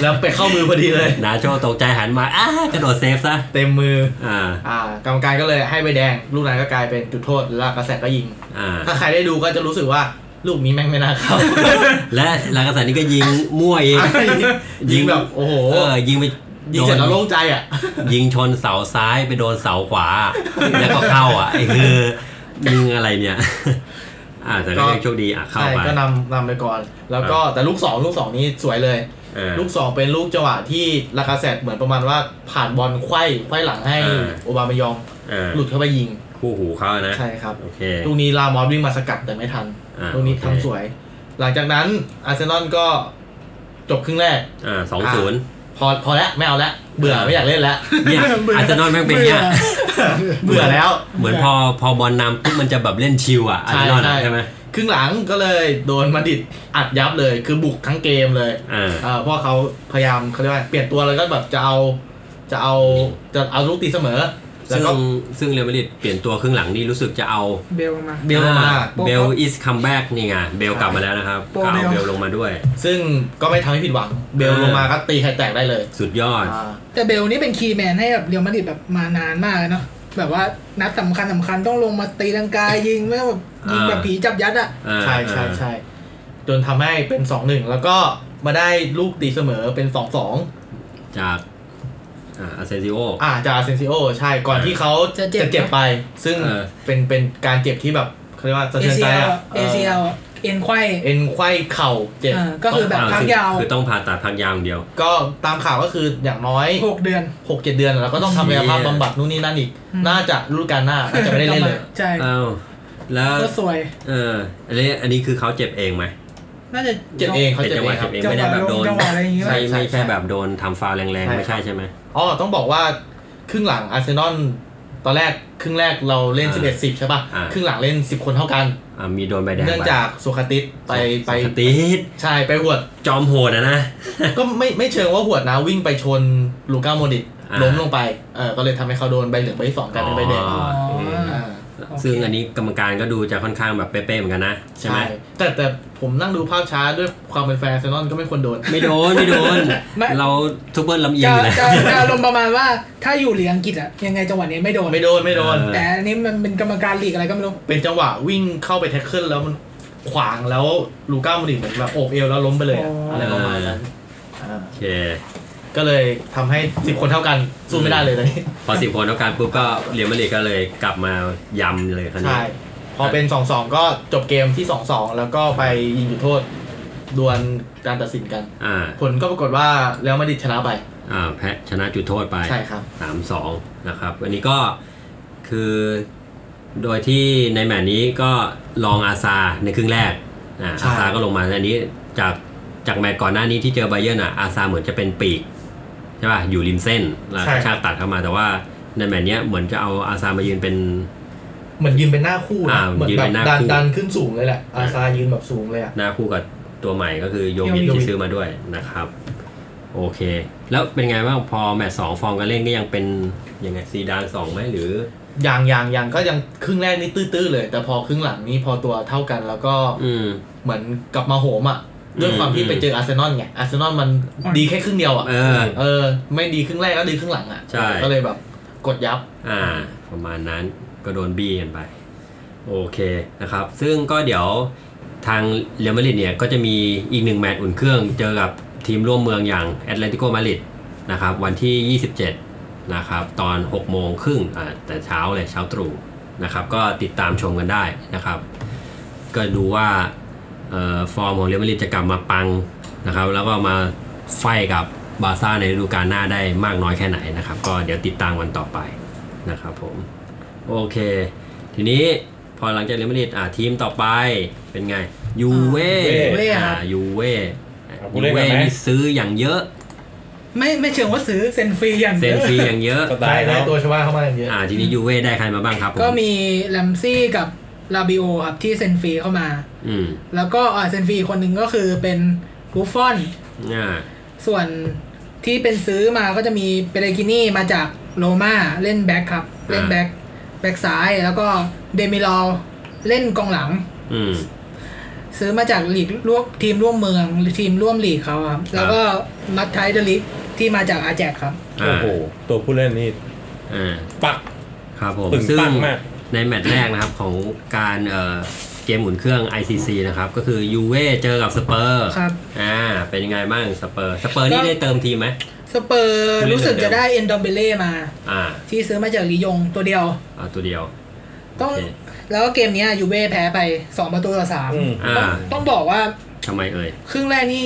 แล้วไปเข้ามือพอดีเลย นาโชตกใจหันมาอ้ากระโดดเซฟซะ เต็มมือ อ่า อ่ากรรมการก็เลยให้ใบแดง ลูกนั้นก็กลายเป็นจุดโทษแล้วลากาเซตก็ยิง อ่า ถ้าใครได้ดูก็จะรู้สึกว่าลูกนี้แม่งไม่น่าเข้ า และลากาแซดนี่ก็ยิงมั่วเอง ยิงแบบโอ้โห เออยิงไป ยิงเสร็จ โดน แล้วโล่งใจอ่ะ ยิงชนเสาซ้ายไปโดนเสาขวา แล้วก็เข้าอ่ะไอ้คือมึงอะไรเนี่ย อ่าแต่ก็ ก็ ยังโชคดีอ่ะเข้า ใช่ ไป ก็นำนำไปก่อน แล้วก็แต่ลูกสองลูกสองนี้สวยเลย เออ ลูกสองเป็นลูกจังหวะที่ลาคาเซตเหมือนประมาณว่าผ่านบอลไขว้ไขว้หลังให้ เออ โอบามายอง เออ หลุดเข้าไปยิง คู่หูเข้านะ ใช่ครับ โอเค ลูกนี้ลามอสวิ่งมาสกัดแต่ไม่ทัน อ่า ลูกนี้ โอเค ทำสวย หลังจากนั้นอาร์เซนอลก็จบครึ่งแรก อ่าสองศูนย์ พอพอแล้วไม่เอาแล้วเบื่อไม่อยากเล่นแล้ว เนี่ยอาร์เซนอลแม่งเป็นเนี่ย เบื่อแล้ว เหมือนพอพอบอลนำปุ๊บมันจะแบบเล่นชิวอ่ะอาร์เซนอลอะใช่ไหม ครึ่งหลังก็เลยโดนมาดริดอัดยับเลย คือบุกทั้งเกมเลย อ่า เอ่อเพราะเขาพยายามเขาเรียกว่าเปลี่ยนตัวแล้วก็แบบจะเอาจะเอาจะเอาลูกตีเสมอ แล้ว ซึ่ง ก็ ซึ่งเรอัลมาดริดเปลี่ยนตัวครึ่งหลังนี่รู้สึกจะเอา เบลมา เบลลงมา เบลอิสคัมแบ็กนี่ไงเบลกลับมาแล้วนะครับ โปร ก็เอา เบล เบลลงมาด้วย ซึ่งก็ไม่ทำให้ผิดหวัง เบล อ่า ลงมาก็ตีใครแตกได้เลย สุดยอด อ่า แต่เบลนี่เป็นคีย์แมนให้แบบเรียวมาดริดแบบมานานมากเลยเนาะแบบว่านัดสำคัญสำคัญต้องลงมาตีลังกายิงไม่ว่าแบบยิงแบบผีจับยัดอ่ะ อ่า ใช่ใช่ใช่จนทำให้เป็น 2 1 แล้วก็มาได้ลูกตีเสมอเป็น 2 2 จากอ่าอาร์เซนซิโอ อ่าจากอาเซนซิโอใช่ก่อนที่เขา จะเจ็บ ไป ซึ่ง เออ เป็นเป็นการเจ็บที่แบบเขาเรียกว่าสะเทือนใจอะ ACL เออ ACL อะ เอ็นไขว้ เอ็นไขว้เข่าเจ็บ เออก็คือแบบพักยาว คือต้องผ่าตัดพักยาวอย่างเดียว ก็ตามข่าวก็คืออย่างน้อย หกเดือน 6 7 เดือนแล้วก็ต้องทำกายภาพบำบัดนู่นนี่นั่นอีก น่าจะฤดูกาลหน้าน่าจะไม่ได้เล่นเลย ใช่ เอ้าแล้ว ก็สวย เอออันนี้อันนี้คือเขาเจ็บเองไหม น่าจะ เจ็บเองเขา เป็น เจ็บ จังห เอ วะ งค เจ็บบ เอรังไม่ได้แบบโดน จังหวะอะไรอย่างงี้ไหม ใช่ ใช่ ไม่ ใช่ ใช่แบบโดนทำฟาวล์แรงๆ ไม่ ใช่ ใช่ใช่ไหม อ๋อต้องบอกว่าครึ่งหลังอาร์เซนอลตอนแรกครึ่งแรกเราเล่น อ่า 11 10 ใช่ป่ะ อ่า ครึ่งหลังเล่น 10 คนเท่ากัน อ่ามีโดนใบแดง เนื่องจากสุคาติสไปไป สตีด ใช่ไป หวด จอมโหดอะนะ ก็ไม่ไม่เชิงว่าหวดนะวิ่งไปชนลูก้าโมดริต อ่า ล้มลงไปเออก็เลยทำให้เขาโดนใบเหลืองใบที่สองกลายเป็นใบแดง อ๋อ อ๋ออ า โอเค ซึ่งอันนี้กรรมการก็ดูจะค่อนข้างแบบเป๊ะๆเหมือนกันนะ ใช่ไหม ใช่แต่แต่ผมนั่งดูภาพช้าด้วยความเป็นแฟนอาร์เซนอลก็ไม่ควรโดน ไม่โดน ไม่โดน ไม่ เราทุบเบิลลำเอีย จะ งเลย จะจะอารมณ์ประมาณว่าถ้าอยู่หลีกอังกฤษอะยังไงจังหวะนี้ไม่โดน ไม่โดนไม่โดน เออ แต่อันนี้มันเป็นกรรมการหลีกอะไรก็ไม่รู้ เป็นจังหวะวิ่งเข้าไปแท็กเกิลแล้วมันขวางแล้วลูก้าโมดริตเหมือนแบบโอบเอวแล้วล้มไปเลยอะ อ๋ออ อะไรประมาณนั้นา โอเค ก็เลยทำให้สิบคนเท่ากันสู้ไม่ได้เลยตอนนี้ พอสิบคนต้องการปุ๊บก็เรียลมาดริดก็เลยกลับมายำเลยคราวนี้ ใช่ พอเป็นสองสองก็จบเกมที่สองสองแล้วก็ไปยิงจุดโทษดวลการตัดสินกัน อ่า ผลก็ปรากฏว่าแล้วมาดริดชนะไป อ่าแพ้ชนะจุดโทษไป ใช่ครับ สามสองนะครับ อันนี้ก็คือโดยที่ในแมตช์นี้ก็ลองอาซาในครึ่งแรกอ่า ใช่ อาซาก็ลงมาอันนี้จากจากแมตช์ก่อนหน้านี้ที่เจอไบเยอร์นอ่ะอาซาเหมือนจะเป็นปีกใช่ป่ะอยู่ริมเส้นแล้วก็ชากตัดเข้ามาแต่ว่าในแมตช์เนี้ยเหมือนจะเอาอาซามายืนเป็น เหมือนยืนเป็นหน้าคู่นะ อ่า เหมือน ยืน แบ เป็ บ นหน้า ดัน คู่ ดันขึ้นสูงเลยแหละ อาซายืนแบบสูงเลยอ่ะ หน้าคู่กับตัวใหม่ก็คือโยมิ โยมิ ที่ซื้อมาด้วยนะครับ โอเค แล้วเป็นไงบ้างพอแมตช์สองฟอร์มการเล่นก็ยังเป็นยังไงซีดานสองไหมหรือ อย่างอย่างอย่างก็ยังครึ่งแรกนี่ตื้อๆเลย แต่พอครึ่งหลังนี่พอตัวเท่ากันแล้วก็ อืม เหมือนกลับมาโหมอ่ะ ด้วยความที่ไปเจออาร์เซนอลไง อาร์เซนอลมันดีแค่ครึ่งเดียวอ่ะ เออ เออ ไม่ดีครึ่งแรกก็ดีครึ่งหลังอ่ะ ใช่ ก็เลยแบบกดยับ อ่าประมาณนั้นก็โดนบี้กันไป โอเคนะครับ ซึ่งก็เดี๋ยวทางเรอัลมาดริดเนี่ย ก็จะมีอีกหนึ่งแมตช์อุ่นเครื่อง เจอกับทีมร่วมเมืองอย่างแอตเลติโกมาดริดนะครับ วันที่ 27 นะครับ ตอน 6 โมงครึ่งอ่าแต่เช้าเลยเช้าตรู่นะครับ ก็ติดตามชมกันได้นะครับ ก็ดูว่าเอ่อฟอร์มของเรอัลมาดริดจะกลับมาปังนะครับ แล้วก็มาไฟกับบาร์ซ่าในฤดูกาลหน้าได้มากน้อยแค่ไหนนะครับ ก็เดี๋ยวติดตามวันต่อไป นะครับผมโอเค ทีนี้พอหลังจากเรอัลมาดริดอ่ะทีมต่อไปเป็นไงยูเว่ เว่ครับ อ่ะยูเว่ เอาผู้ ยู เล่นก่ เว่ อนไหม นี่ซื้ออย่างเยอะ ไม่ไม่เชิงว่าซื้อเซ็นฟรีอย่าง เซ็ ดีย น ว ฟรีอย่างเยอะ สไตล์ ได้ เขา ตัวชาวบ้านเข้ามาเยอะ อ่ะทีนี้ยูเว่ได้ใครมาบ้างครับผม ก็มีแลมซี่กับลาบิโอครับที่เซ็นฟรีเข้ามา อืม แล้วก็อ่าเซ็นฟรีอีกคนหนึ่งก็คือเป็นบูฟฟอน อ่า ส่วนที่เป็นซื้อมาก็จะมีเปเรกินี่มาจากโรมาเล่นแบ็คครับ เล่นแบ็คแบ็คซ้ายแล้วก็เดมิลอลเล่นกองหลัง อืม ซื้อมาจากลีกร่วมทีมร่วมเมืองหรือทีมร่วมลีกเขาครับ แล้วก็มัตไทเดลิกที่มาจากอาแจกครับ โอ้โหตัวผู้เล่นนี่ อ่า ปัก ครับผม ปึ่ง ซึ่ง ปังมาก ในแมตช์แรกนะครับของการเอ่อเกมหมุนเครื่อง ICC นะครับ ก็คือยูเว่เจอกับสเปอร์ ครับ อ่าเป็นยังไงบ้างสเปอร์สเปอร์นี่ได้เติมทีมไหม สเปอร์รู้สึกจะได้เอ็นดอมเบเล่มา อ่า ที่ซื้อมาจากลียงตัวเดียว เอาตัวเดียว ต้อง โอเค แล้วก็เกมเนี้ยยูเว่แพ้ไป 2 ประตูต่อสาม อืม อ่า ต้องต้องบอกว่า ทำไมเอ่ย ครึ่งแรกนี่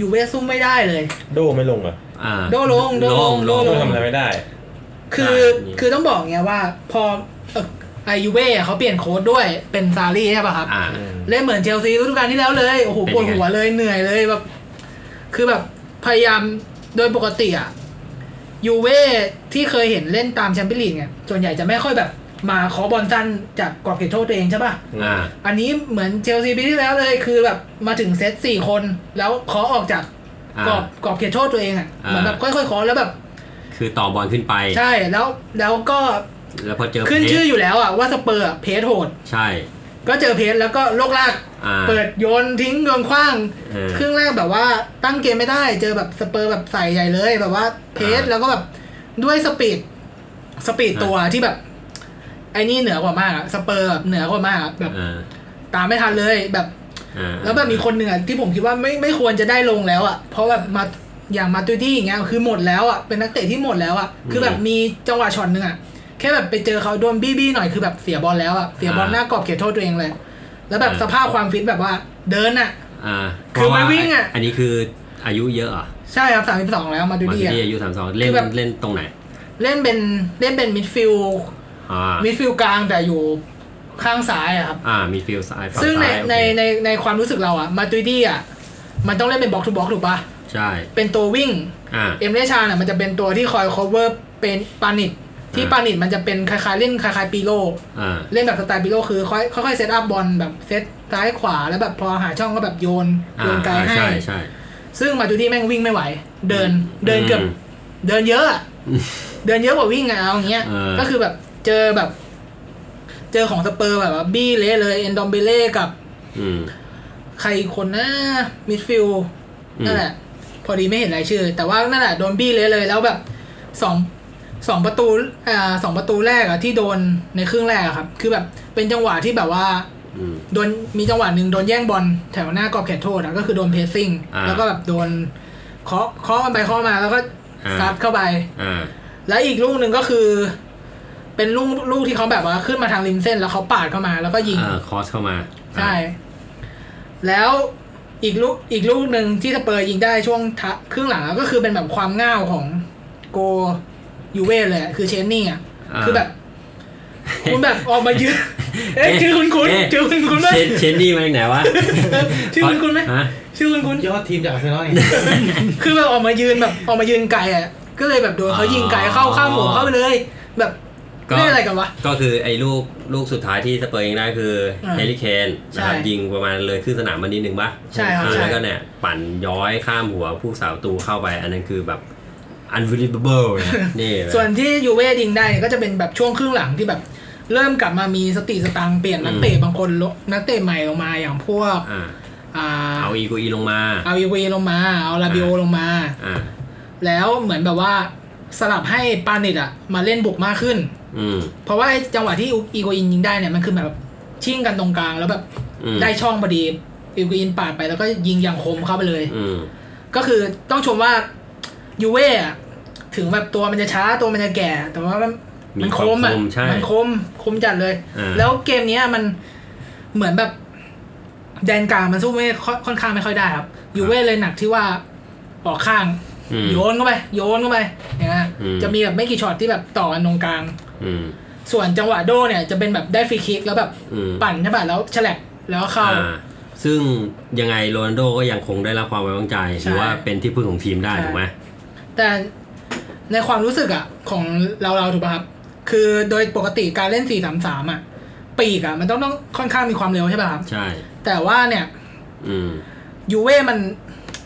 ยูเว่สู้ไม่ได้เลย โดไม่ลงเหรอ่ะ อ่า โดลงโดลง โด โดลโดล ง ทำ ง อะไรไม่ได้ คือ ได้นี่ คือต้องบอกเงี้ยว่าพอเอ่อไอยูเว่เขาเปลี่ยนโค้ดด้วยเป็นซารี่ใช่ป่ะครับ อ่า เล่นเหมือนเชลซีฤดูกาลที่แล้วเลย โอ้โห เป็นยังปวดไง หัวเลยเหนื่อยเลยแบบ คือแบบพยายามโดยปกติอะยูเว่ที่เคยเห็นเล่นตามแชมเปี้ยนลีกเนี่ยส่วนใหญ่จะไม่ค่อยแบบมาขอบอลสั้นจากกรอบเขตโทษตัวเองใช่ป่ะ อ่า อันนี้เหมือนเชลซีปีที่แล้วเลยคือแบบมาถึงเซตสี่คน แล้วขอออกจากกรอบกรอบเขตโทษตัวเองอะ อ่า เหมือนแบบค่อยๆขอแล้วแบบ คือต่อบอลขึ้นไป ใช่แล้วแล้วก็ แล้วพอเจอ ขึ้น เพชร ชื่ออยู่แล้วอะว่าสเปอร์อะเพจโหด ใช่ ก็เจอเพจแล้วก็โลกลาก อ่า เปิดโยนทิ้งโยนคว้าง เออ ครึ่งแรกแบบว่าตั้งเกมไม่ได้เจอแบบสเปอร์แบบใส่ใหญ่เลยแบบว่าเพส อ่า แล้วก็แบบด้วยสปีดสปีดตัวที่แบบ ไอ้นี่เหนือกว่ามากอะสเปอร์แบบเหนือกว่ามากอะแบบ า ตามไม่ทันเลยแบบ อ่า แล้วแบบมีคนหนึ่งอะที่ผมคิดว่าไม่ไม่ควรจะได้ลงแล้วอะเพราะแบบมาอย่างมาตุยดี้อย่างเงี้ยคือหมดแล้วอะเป็นนักเตะที่หมดแล้วอะคือแบบมีจังหวะช็อตหนึ่งอะแค่แบบไปเจอเขาโดนบี้ๆหน่อยคือแบบเสียบอลแล้วอะเสียบอลหน้ากรอบเขตโทษตัวเองเลย แล้วแบบ อ่า สภาพความฟิตแบบว่าเดินอ่ะ อ่า คือมาวิ่งอะ เพราว่าอันนี้คืออายุเยอะเหรอ่ะ ใช่ครับสามสิบสองแล้วมาดู มา ดี ที่ อ่ะ อายุสามสองเล่น คือแบบ เล่นตรงไหน เล่นเป็นเล่นเป็นมิดฟิล อ่า มิดฟิลกลางแต่อยู่ข้างซ้ายอะครับ อ่ามีฟิลซ้ายฝั่ง ซึ่งใน ซ้ายโอ ใน เค ในในความรู้สึกเราอะมาตุยดี้อะมันต้องเล่นเป็นบล็อกทูบล็อกถูกปะ ใช่ เป็นตัววิ่ง อ่า เอ็มเดชานอะมันจะเป็นตัวที่คอย cover เป็นปานิดที่ อ่า ปานิดมันจะเป็นคล้ายๆเล่นคล้ายๆปีโล อ่า เล่นแบบสไตล์ปิโลคือค่อยค่อยๆเซตอัพบอลแบบเซตซ้ายขวาแล้วแบบพอหาช่องก็แบบโยน อ่า โยนไกลให้ ใช่ใช่ ซึ่งมาจูดี้แม่งวิ่งไม่ไหว เดินเดิน อืม เกือบเดินเยอะอะเดินเยอะกว่าวิ่งอะเอาอย่างเงี้ย เออ ก็คือแบบเจอแบบ เจอของสเปอร์แบบว่าบี้เละเลยเอนดอมเบเล่กับ อืม ใครอีกคนนะมิดฟิลด์นั่นแหละ พอดีไม่เห็นรายชื่อ แต่ว่านั่นแหละโดนบี้เละเลยแล้วแบบสองสองประตูอ่าสองประตูแรกอะที่โดนในครึ่งแรกอะครับ คือแบบเป็นจังหวะที่แบบว่า อืม โดนมีจังหวะหนึ่งโดนแย่งบอลแถวหน้ากรอบเขตโทษอะก็คือโดนเพสซิ่ง อ่า แล้วก็แบบโดนเคาะเคาะกันไปเคาะมาแล้วก็ อ่า ซัดเข้าไป อ่า แล้วอีกลูกหนึ่งก็คือ เป็นลูกลูกที่เขาแบบว่าขึ้นมาทางริมเส้นแล้วเขาปาดเข้ามาแล้วก็ยิง อ่าคอสเข้ามา ใช่ แล้วอีกลูกอีกลูกหนึ่งที่สเปอร์ยิงได้ช่วงทะครึ่งหลังอะก็คือเป็นแบบความง่าวของโกยูเว่เลยอะคือเชนนี่อะ า คือแบบ คุณแบบออกมายืนเอ๊ะชื่อคุณคุณ เอ๊ะ ชื่อคุณคุณไหม เชนเชนนี่มาจากไหนวะ ชื่อคุ้นๆไหม ฮะ ชื่อคุณคุณ ยอดทีมจากอาร์เซนอลไง คือแบบออกมายืนแบบออกมายืนไกลอ่ะ ก็เลยแบบโดนเขายิงไกลเข้าข้ามหัวเข้าไปเลย แบบ ก็ เล่นอะไรกันวะ ก็คือไอ้ลูกลูกสุดท้ายที่สเปอร์ยิงได้คือ อ่า เฮลิเคนนะครับ ใช่ ยิงประมาณเลยขึ้นสนามมานิดนึงปะ ใช่ครับ อ่า ใช่ แล้วก็เนี่ย ปั่นย้อยข้ามหัวผู้สาวตูเข้าไป อันนั้นคือแบบ unbelievable นะนี่ ส่วนที่ยูเว่ยิงได้ก็จะเป็นแบบช่วงครึ่งหลังที่แบบ เริ่มกลับมามีสติสตังค์เปลี่ยนนักเตะบางคนลงนักเตะใหม่ลงมาอย่างพวก อ่า อ่า เอาอีกูอีลงมา เอาอีเวลงมา เอาลาบิโอลงมา อ่า แล้วเหมือนแบบว่าสลับให้ปานิดอ่ะมาเล่นบุกมากขึ้น อืม เพราะว่าไอ้จังหวะที่อีโกอินยิงได้เนี่ยมันคือแบบชิ่งกันตรงกลางแล้วแบบ อืม ได้ช่องพอดีอีโกอินปาดไปแล้วก็ยิงอย่างคมเข้าไปเลย อืม ก็คือต้องชมว่ายูเว่อะถึงแบบตัวมันจะช้าตัวมันจะแก่ แต่ว่ามัน มี มันคม ค อ่ะ วามคมใช่ มันคมคมจัดเลย อ่า แล้วเกมเนี้ยมันเหมือนแบบแดนกลางมันสู้ไม่ค่อยค่อนข้างไม่ค่อยได้ครับยูเว่เลยหนักที่ว่าออกข้าง อืม โยนเข้าไปโยนเข้าไปอย่างเงี้ย อืม จะมีแบบไม่กี่ช็อตที่แบบต่อกันตรงกลาง อืม ส่วนจังหวะโดเนี่ยจะเป็นแบบได้ฟรีคิกแล้วแบบ อืม ปั่นใช่ป่ะแล้วฉลับแล้วเข้า อ่า ซึ่งยังไงโรนัลโดก็ยังคงได้รับความไว้วางใจ ใช่ หรือว่าเป็นที่พึ่งของทีมได้ ใช่ ถูกไหม แต่ในความรู้สึกอะของเราเราถูกป่ะครับ คือโดยปกติการเล่น 4 3 3อะปีกอะมันต้องต้องค่อนข้างมีความเร็วใช่ป่ะครับ ใช่ แต่ว่าเนี่ย อืม ยูเว่มัน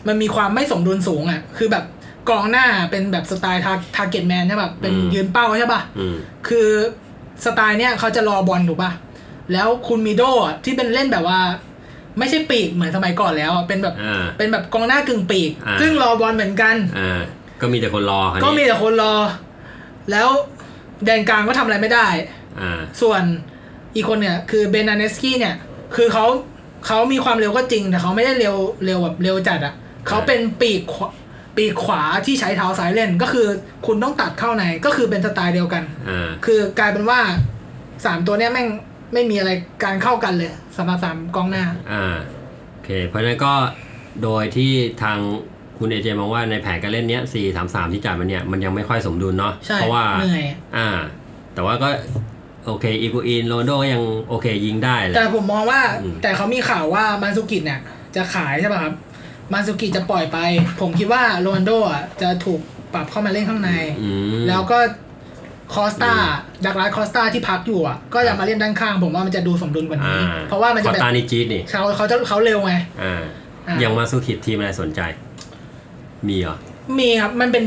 มันมีความไม่สมดุลสูงอะคือแบบกองหน้าเป็นแบบสไตล์ทาร์เก็ตแมนใช่ป่ะเป็น อืม ยืนเป้าใช่ป่ะ อืม คือสไตล์เนี้ยเขาจะรอบอลถูกปะ่ะ แล้วคุณมิโดะที่เป็นเล่นแบบว่า ไม่ใช่ปีกเหมือนสมัยก่อนแล้วอะเป็นแบบ อ่า เป็นแบบกองหน้ากึ่งปีก อ่า ซึ่งรอบอลเหมือนกัน อ่า ก็มีแต่คนรอคันนี้ ก็มีแต่คนรอ แล้วแดนกลางก็ทำอะไรไม่ได้ อ่า ส่วนอีกคนเนี่ยคือเบนาเนสกี้เนี่ย คือเขาเขามีความเร็วก็จริง แต่เขาไม่ได้เร็วเร็วแบบเร็วจัดอะ่ะเขาเป็นปีกขวาปีกขวาที่ใช้เท้าซ้ายเล่น ก็คือคุณต้องตัดเข้าในก็คือเป็นสไตล์เดียวกัน อ่า คือกลายเป็นว่าสามตัวเนี้ยแม่งไม่มีอะไรการเข้ากันเลยสำหรับสามกองหน้า อ่า โอเค เพราะฉะนั้นก็โดยที่ทางคุณเอเจมองว่าในแผนการเล่นเนี้ย4 3 3 ที่จัดมาเนี่ย มันยังไม่ค่อยสมดุลเนาะ ใช่ เพราะว่า เหนื่อย อ่า แต่ว่าก็ โอเค อีกูอินโรนลโดก็ยังโอเคยิงได้แห แต่ ละ ผมมองว่า อืม แต่เขามีข่าวว่ามันซุกิเนี่ยจะขายใช่ป่ะครับมันซุกิจะปล่อยไป ผมคิดว่าโรนลโดอ่ะจะถูกปรับเข้ามาเล่นข้างใน อืม แล้วก็คอสตาดักลาคอสตาที่พักอยู่อ่ะก็จะมาเล่นด้านข้าง ผมว่ามันจะดูสมดุลกว่า อ่า นี้ เพราะว่ามันจะแบบ คอตานิจีดนี่ เขาเขาจะเขาเร็วไง อ่า อ่า อย่างมาสุขิดทีมอะไรสนใจ มีเหรอ มีครับมันเป็น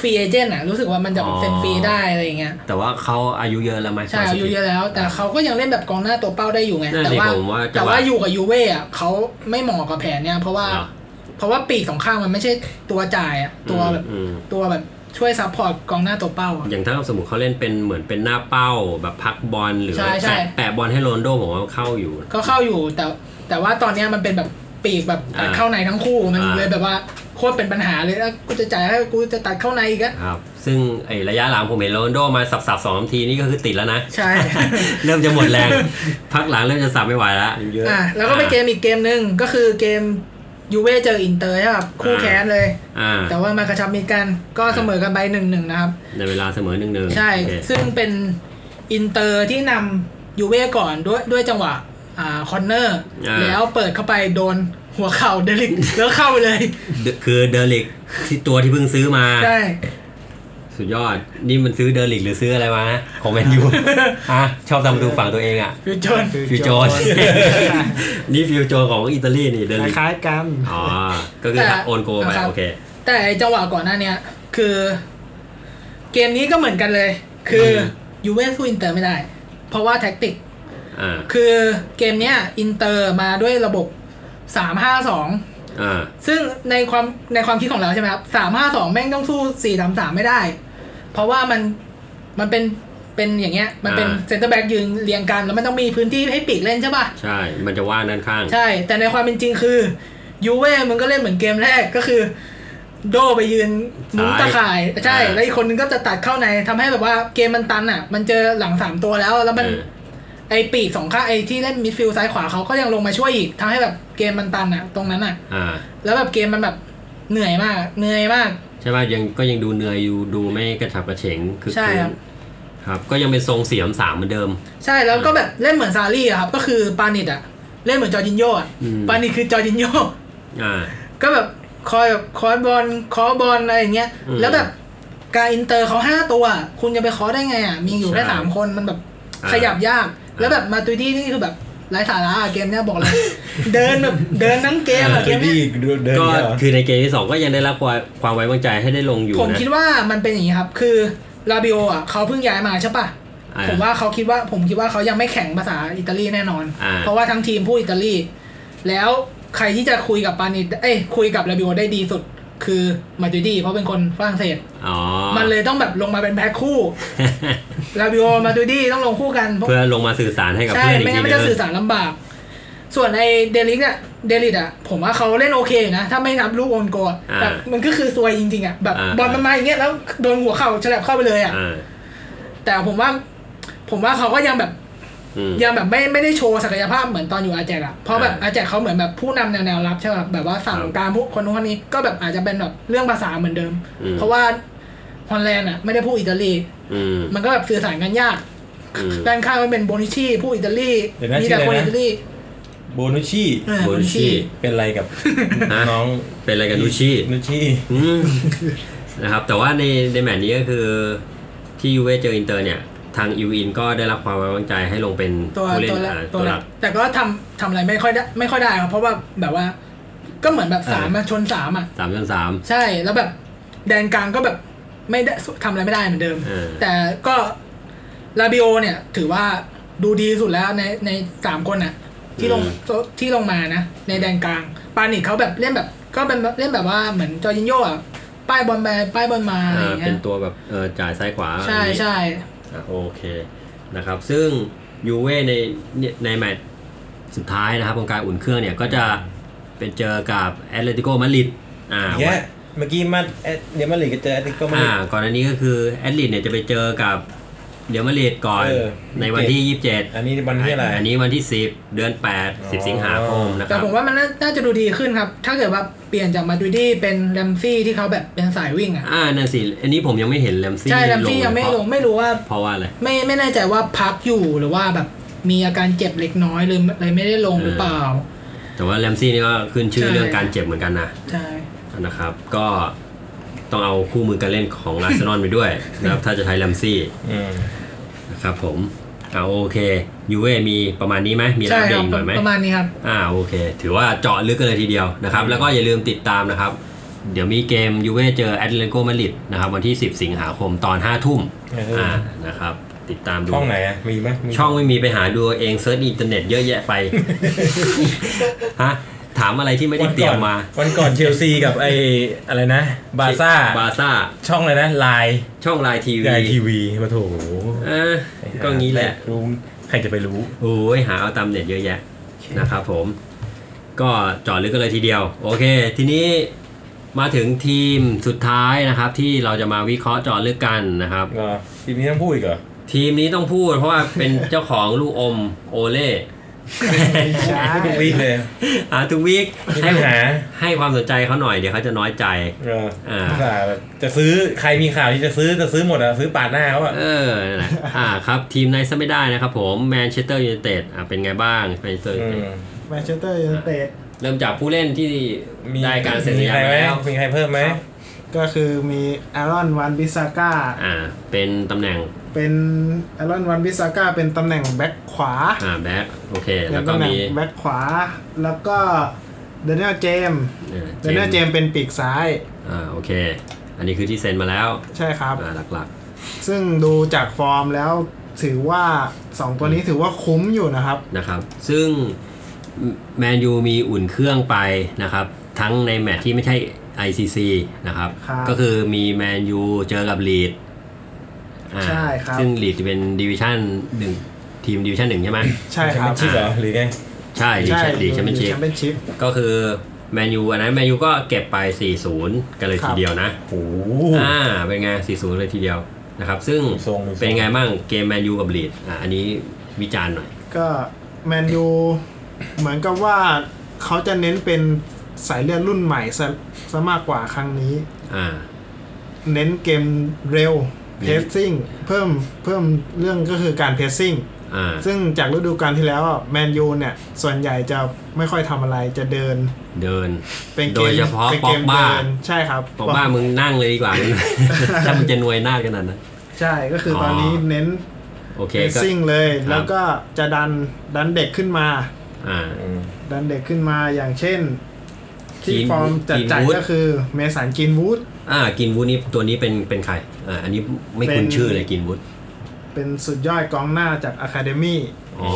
ฟรีเอเจนต์อ่ะรู้สึกว่ามันจะแบบเซ็นฟรีได้อะไรอย่างเงี้ย แต่ว่าเขาอายุเยอะแล้วไหม ใช่ มาสุ อา ขิต ยุเยอะแล้ว แต่เขาก็ยังเล่นแบบกองหน้าตัวเป้าได้อยู่ไง นั่นสิ แต่ว่า ผมว่า แต่ จะว่า ว่าอยู่กับยูเว่อะเขาไม่เหมาะกับแผนเนี่ยเพราะว่า เหรอ เพราะว่าปีกสองข้างมันไม่ใช่ตัวจ่ายอะตัวแบบ อืม ตัวแบบช่วยซัพพอร์ตกองหน้าตัวเป้าอะ อย่างถ้าสมมติเขาเล่นเป็นเหมือนเป็นหน้าเป้าแบบพักบอลหรือ ใช่ใช่ แปะแปะบอลให้โรนลโดผมว่าเข้าอยู่ ก็เข้าอยู่แต่แต่ว่าตอนเนี้ยมันเป็นแบบ ปีกแบบตัด อ่า เข้าในทั้งคู่มัน อ่า เลยแบบว่าโคตรเป็นปัญหาเลยแล้วกูจะจ่ายให้กูจะตัดเข้าในอีกอะ ครับ ซึ่งไอระยะหลังผมเห็นโรนลโดมาสับสับๆสองสามทีนี่ก็คือติดแล้วนะ ใช่ เริ่มจะหมดแรง พักหลังเริ่มจะสับไม่ไหวแล้ว เยอะ อ่ะแล้วก็ไปเกมอีกเกมหนึ่งก็คือเกมยูเว่เจออินเตอร์ครับคู่ อ่า แค้นเลย อ่า แต่ว่ามากระชับมิตรกันก็เสมอกันไปหนึ่งหนึ่งนะครับ ในเวลาเสมอหนึ่งหนึ่ง ใช่ ซึ่งเป็นอินเตอร์ที่นำยูเว่ก่อนด้วยด้วยจังหวะอ่าคอนเนอร์ า แล้วเปิดเข้าไปโดนหัวเข่าเดลิกแล้วเข้าไปเลย คือเดอริกที่ตัวที่เพิ่งซื้อมา ใช่ สุดยอด นี่มันซื้อเดอริกหรือซื้ออะไรมาของแมน ยูอ่ะชอบทำดูฝั่งตัวเองอ่ะ ฟิวจน ฟิวโจน นี่ฟิวโจนของอิตาลีนี่เดอ ค ริก ล้ายๆกัน อ๋อ ก็คือ แต่ โอนโกไป นะครับ โอเค แต่ไอ้จังหวะก่อนหน้าเนี้ยคือ เกมนี้ก็เหมือนกันเลย คืออยูเว่สู้อินเตอร์ไม่ได้ เพราะว่าแท็กติก อ่า คือเกมเนี้ยอินเตอร์มาด้วยระบบ 3-5-2 อ่า ซึ่งในความในความคิดของเราใช่ไหมครับ 3-5-2 แม่งต้องสู้ 4-3-3 ไม่ได้ เพราะว่ามันมันเป็นเป็นอย่างเงี้ย มันเป็น อ่า เซนเตอร์แบ็กยืนเรียงกัน แล้วมันต้องมีพื้นที่ให้ปีกเล่นใช่ป่ะ ใช่ มันจะว่างด้านข้าง ใช่ แต่ในความเป็นจริงคือยูเว่มันก็เล่นเหมือนเกมแรกก็คือ โดไปยืนมุ้งตะข่าย ซ้าย ใช่ อ่า แล้วอีกคนนึงก็จะตัดเข้าในทำให้แบบว่าเกมมันตันอ่ะ มันเจอหลังสามตัวแล้ว แล้วมัน เออ ไอปีกสองข้างไอที่เล่นมิดฟิลด์ซ้ายขวาเขาก็ยังลงมาช่วยอีกทำให้แบบเกมมันตันอะตรงนั้นอะ อ่า แล้วแบบเกมมันแบบเหนื่อยมากอะเหนื่อยมาก ใช่ป่ะยังก็ยังดูเหนื่อยอยู่ดูไม่กระฉับกระเฉงคือ ใช่ครับ ครับ ก็ยังเป็นทรงเสียมสามเหมือนเดิม ใช่แล้วก็แบบเล่นเหมือนซารี่อะครับก็คือปานิดอะเล่นเหมือนจอร์จินโยอะ อืม ปานิดคือจอร์จินโย อ่า ก็แบบคอยแบบคอยบอลคอบอลอะไรอย่างเงี้ย อืม แล้วแบบการอินเตอร์เขาห้าตัว คุณจะไปคอได้ไงอ่ะมีอยู่แค่ ใช่ สามคนมันแบบ อ่า ขยับยาก แล้วแบบมาตุยดี้นี่คือแบบไร้สาระอะเกมเนี้ย บอกเลย เดินแบบเดินทั้งเกมอะ อ่า เก เดิ ม น เนี้ย ดีเดิน ก็ เยอะเหรอ คือในเกมที่สองก็ยังได้รับความความไว้วางใจให้ได้ลงอยู่ ผม นะ คิดว่ามันเป็นอย่างนี้ครับ คือลาบิโออ่ะเขาเพิ่งย้ายมาใช่ปะ อ่ ผมว่าเขาคิดว่าผมคิดว่าเขายังไม่แข็งภาษาอิตาลีแน่นอน อ่า เพราะว่าทั้งทีมพูดอิตาลี แล้วใครที่จะคุยกับปานิดเอ้ยคุยกับลาบิโอได้ดีสุด คือมาดูดีเพราะเป็นคนฝรั่งเศส อ๋อ มันเลยต้องแบบลงมาเป็นแพ็คคู่ ลาบิโอมาดูดีต้องลงคู่กันเพ ราะเพื่อลงมาสื่อสารให้กับ ใช่ เพื่อนอีกทีไม่งั้นมัน นึ จะ ง สื่อสารลำบาก ส่วนไอเดลิกอะเดลิกอะผมว่าเขาเล่นโอเคอยู่นะ ถ้าไม่นับลูกโอนโกอะ า แบบมันก็คือซวยจริงๆอะแบบ อ่า บอลมันมาอย่างเงี้ยแล้วโดนหัวเข่าฉลับเข้าไปเลยอะ อ่า แต่ผมว่า ผมว่าเขาก็ยังแบบ อืม ยังแบบไม่ไม่ได้โชว์ศักยภาพเหมือนตอนอยู่อาแจกอะเพราะแบบ อ่า อาแจกเขาเหมือนแบบผู้นำแนวแนวรับใช่ไหมแบบว่าสั่ง ครับ การพวกคนนู้นคนนี้ก็แบบอาจจะเป็นแบบเรื่องภาษาเหมือนเดิม อืม เพราะว่าฮอลแลนด์อะไม่ได้พูดอิตาลี อืม มันก็แบบสื่อสารกันยาก อืม ด้านข้างมันเป็นโบนิชีผู้อิตาลี เดี๋ยวนะ มีแต่ ชื่อ ค อะ น ไรนะ อิตาลี โบนุชี่ อ่า โบนิชี เป็นอะไรกับ ฮะ น้อง เป็นอะไรกับนูชี่ นุชี่ อืมนะครับ แต่ว่าในในแมตช์นี้ก็คือที่ยูเว่เจออินเตอร์เนี่ย ทางยูอินก็ได้รับความไว้วางใจให้ลงเป็น ตัว ผู้เล่น ตัวแรก อ่า ตั ตัว ว แร หลั ก ก แต่ก็ทำทำอะไรไม่ค่อยได้ไม่ค่อยได้ครับเพราะว่าแบบว่า ก็เหมือนแบบสาม อ่าม มาชนสามอ่ะ สามต่อสาม ใช่แล้วแบบแดนกลางก็แบบไม่ได้ทำอะไรไม่ได้เหมือนเดิม เออ แต่ก็ลาบิโอเนี่ย ถือว่าดูดีสุดแล้วในในสามคนน่ะ ที่ลงที่ลงมานะ ในแดนกลางปานิชเขาแบบเล่นแบบ ก็เป็นเล่นแบบว่าเหมือนจอร์จินโยอ่ะป้ายบอลไปป้ายบอลมาอะไรอย่าง อ่า เงี้ เป็น ย ตัวแบบเออจ่ายซ้ายขวา ใช่ อะไรอย่างนี้ ใช่ อ่ะโอเคนะครับ ซึ่งยูเว่ในเนี่ยในแมตช์สุดท้ายนะครับของการอุ่นเครื่องเนี่ยก็จะเป็นเจอกับแอตเลติโกมาดริดอ่า แย่เมื่อกี้มาแอดเดี๋ยวมาหลีกก็เจอแอตติโกมาหลี อ่าก่อนอันนี้ก็คือแอดลิดเนี่ยจะไปเจอกับเดี๋ยวมาเลดก่อน เออ ในวันที่ 27 อันนี้วันที่อะไร นนี้วันที่ 10 เดือน 8 อ 10 สิงหาคมนะค แต่ รับ ผมว่ามันน่าน่าจะดูดีขึ้นครับ ถ้าเกิดว่าเปลี่ยนจากมาดูดี้เป็นแรมซี่ที่เขาแบบเป็นสายวิ่งอ่ะ อ่านั่นสิ อันนี้ผมยังไม่เห็นแรมซี่ ใช่แรมซี่ยังไม่ลง ไม่รู้ว่า เพราะเพราะว่าอะไร ไม่ไม่แน่ใจว่าพักอยู่หรือว่าแบบมีอาการเจ็บเล็กน้อยหรืออะไรไม่ได้ลงหรือเปล่า แต่ว่าแรมซี่นี่ก็ขึ้นชื่อ ใช่ เรื่องการเจ็บเหมือนกันนะ ใช่ นะครับ ก็ต้องเอาคู่มือการเล่นของอาร์เซนอลไปด้วยนะครับถ้าจะใช้แรมซี่ อืม นะครับผมอ่าโอเคยูเว่มีประมาณนี้ไหมมีอะไร ใช่ อัป ค เดตอีกหรับน่อยไหม ประมาณนี้ครับ อ่าโอเค ถือว่าเจาะลึกกันเลยทีเดียวนะครับ แล้วก็อย่าลืมติดตามนะครับ เดี๋ยวมีเกมยูเว่เจอแอตเลติโกมาดริดนะครับวันที่ 10 สิงหาคมตอน 5 ทุ่ม 5ทุ่ม อ่านะครับ ติดตามดู ช่องไหนอ่ะ มีไหมมี ช่องไม่มีไปหาดูเอาเองเซิร์ชอินเทอร์เน็ตเยอะแยะไป ฮะ ถามอะไรที่ไม่ได้ วันก่อน เตรียมมา วันก่อนเชลซีกับไออะไรนะ บาร์ซ่า บาซ่า ช่องอะไรนะไลน์ ช่องไลน์ทีวี ไลน์ทีวีมาโถ เออก็งี้แหละ รู้ใครจะไปรู้ โอ้ยหาเอาตามเน็ตเยอะแยะนะครับผม ก็เจาะลึกกันเลยทีเดียว โอเค ทีนี้มาถึงทีมสุดท้ายนะครับที่เราจะมาวิเคราะห์เจาะลึกกันนะครับ เหรอทีมนี้ต้องพูดอีกเหรอ ทีมนี้ต้องพูดเพราะว่าเป็นเจ้าของลูกอมโอเล่ ไม่ใช่ ทุกวีคเลย อ่าทุกวีค มี ให้ ปัญหา ให้ความสนใจเขาหน่อยเดี๋ยวเขาจะน้อยใจ เออ อ่า อุตส่าห์แบบจะซื้อใครมีข่าวที่จะซื้อจะซื้อหมดอ่ะ ซื้อปาดหน้าเขาอ่ะ เออนั่นแหละอ่าครับทีมไหนซะไม่ได้นะครับผมแมนเชสเตอร์ยูไนเต็ดอ่าเป็นไงบ้างแมนเชสเตอร์ อืม แมนเชสเตอร์ยูไนเต็ด เริ่มจากผู้เล่นที่ มี ได้การเซ็นสั มี ญญา ใครไหม แล้ว มีใครเพิ่มไหม ก็คือมีแอรอนวันบิซาก้า อ่าเป็นตำแหน่ง เป็นแอรอนวันบิซาก้าเป็นตำแหน่งแบ็คขวา อ่าแบ็คโอเค เป็ แล้ว น ก็ ตำแหน่ง มี แบ็คขวา แล้วก็เดนเนลเจม อ่า เดนเนลเจมเป็นปีกซ้าย อ่าโอเค อันนี้คือที่เซ็นมาแล้ว ใช่ครับ อ่าหลัก ซึ่งดูจากฟอร์มแล้วถือว่า 2 ตัวนี้ถือว่าคุ้มอยู่นะครับ ๆนะครับซึ่งแมนยูมีอุ่นเครื่องไปนะครับทั้งในแมตช์ที่ไม่ใช่ ICC นะครับ ครับ ก็คือมีแมนยูเจอกับลีดอ่า ใช่ครับ ซึ่งลีดเป็นดิวิชั่นหนึ่งทีมดิวิชั่นหนึ่งใช่ไหม ใช่ครับ ชื่อเหรอหรือไง ใช่ลีกแชใช่มป์ลีกแชมเปี้ยนชิพ แชมเปี้ยนชิพ ก็คือแมนยูอันนั้นแมนยูก็เก็บไป 40 กันเลย ครั ที บ เดียวนะ โอ้โห อ่าเป็นไง 40 เลยทีเดียวนะครับซึ่ง ทรงมีทรง เป็นไงบ้างเกมแมนยูกับลีดอ่าอันนี้วิจารณ์หน่อย ก็แมนยูเหมือนกับว่าเขาจะเน้นเป็นสายเลือดรุ่นใหม่ซะซะมากกว่าครั้งนี้ อ่า เน้นเกมเร็ว เน้ เพ น สซิ่งเพิ่มเพิ่มเรื่องก็คือการเพสซิ่ง อ่า ซึ่งจากฤดูกาลที่แล้วแมนยูเนี่ย ส่วนใหญ่จะไม่ค่อยทำอะไรจะเดิน เดิน เป็นเกม โดยเฉพาะ ป็น ป๊อก ม บ้า เดินใช่ครับ บอกว่ามึงนั่งเลยดีกว่า ถ้ามึงจะนวยหน้ากันนั้นนะ ใช่ก็คืออ อ ตอนนี้เน้น โอเค เพส ก็ ซิ่งเลย ครับ แล้วก็จะดันดันเด็กขึ้นมา อ่า อืม ดันเด็กขึ้นมาอย่างเช่น ที่ กิน ฟอร์มจัด กิน จัด วูด ก็คือเมสันกินวูด อ่ากินวูดนี่ตัวนี้เป็นเป็นใครอ่าอันนี้ไม่ เป็น คุ้นชื่อเลยกินวูด เป็นสุดยอดกองหน้าจากอะคาเดมี่ อ๋อ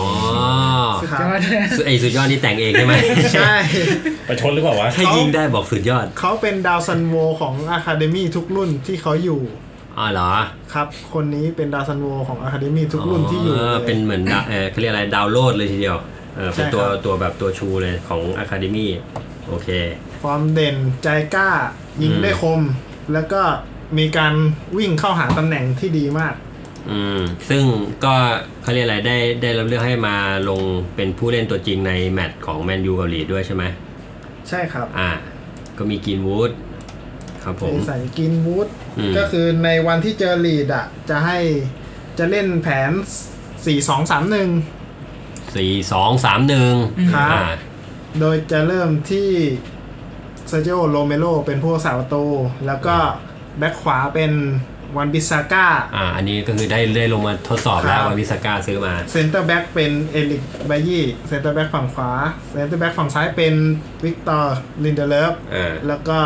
สุดยอดเลย ไอสุดยอดนี่แต่งเองใช่ไหม ใช่ ประชดหรือเปล่าวะ ให้ยิงได้บอกสุดยอด เขาเป็นดาวซันโวของอะคาเดมี่ทุกรุ่นที่เขาอยู่ อ๋อเหรอ ครับ คนนี้เป็นดาวซันโวของอะคาเดมี่ทุกรุ่นที่อยู่ เ เล เป็น ย เหมื อนดาวเออเขาเรียกอะไรดาวน์โหลดเลยทีเดียวเออเป็น ใช่ครับ ตัวตัวแบบตัวชูเลยของ Academy โอเค ฟอร์มเด่นใจกล้า ยิง อืม ได้คม แล้วก็มีการวิ่งเข้าหาตำแหน่งที่ดีมาก อืมซึ่งก็เขาเรียกอะไรได้ได้รับเลือกให้มาลงเป็นผู้เล่นตัวจริงในแมตช์ของแมนยูกับลีดด้วยใช่ไหม ใช่ครับ อ่า ก็มีกินวูดครับผม เมสันกินวูด อืม ก็คือในวันที่เจอลีดอ่ะ จะให้จะเล่นแผน 4-2-3-1 สี่สองสามหนึ่ง ครับ อ่า โดยจะเริ่มที่เซอร์เจโอโรเมโรเป็นผู้สาวโต แล้วก็แบ็คขวาเป็นวันบิซาก้า อ่า อันนี้ก็คือได้ได้ลงมาทดสอบแล้ว ครับ วันวิสาก้าซื้อมา เซนเตอร์แบ็คเป็นเอลิกบายี่เซนเตอร์แบ็คฝั่งขวาเซนเตอร์แบ็คฝั่งซ้ายเป็นวิกตอร์ลินเดเลฟ เออ แล้วก็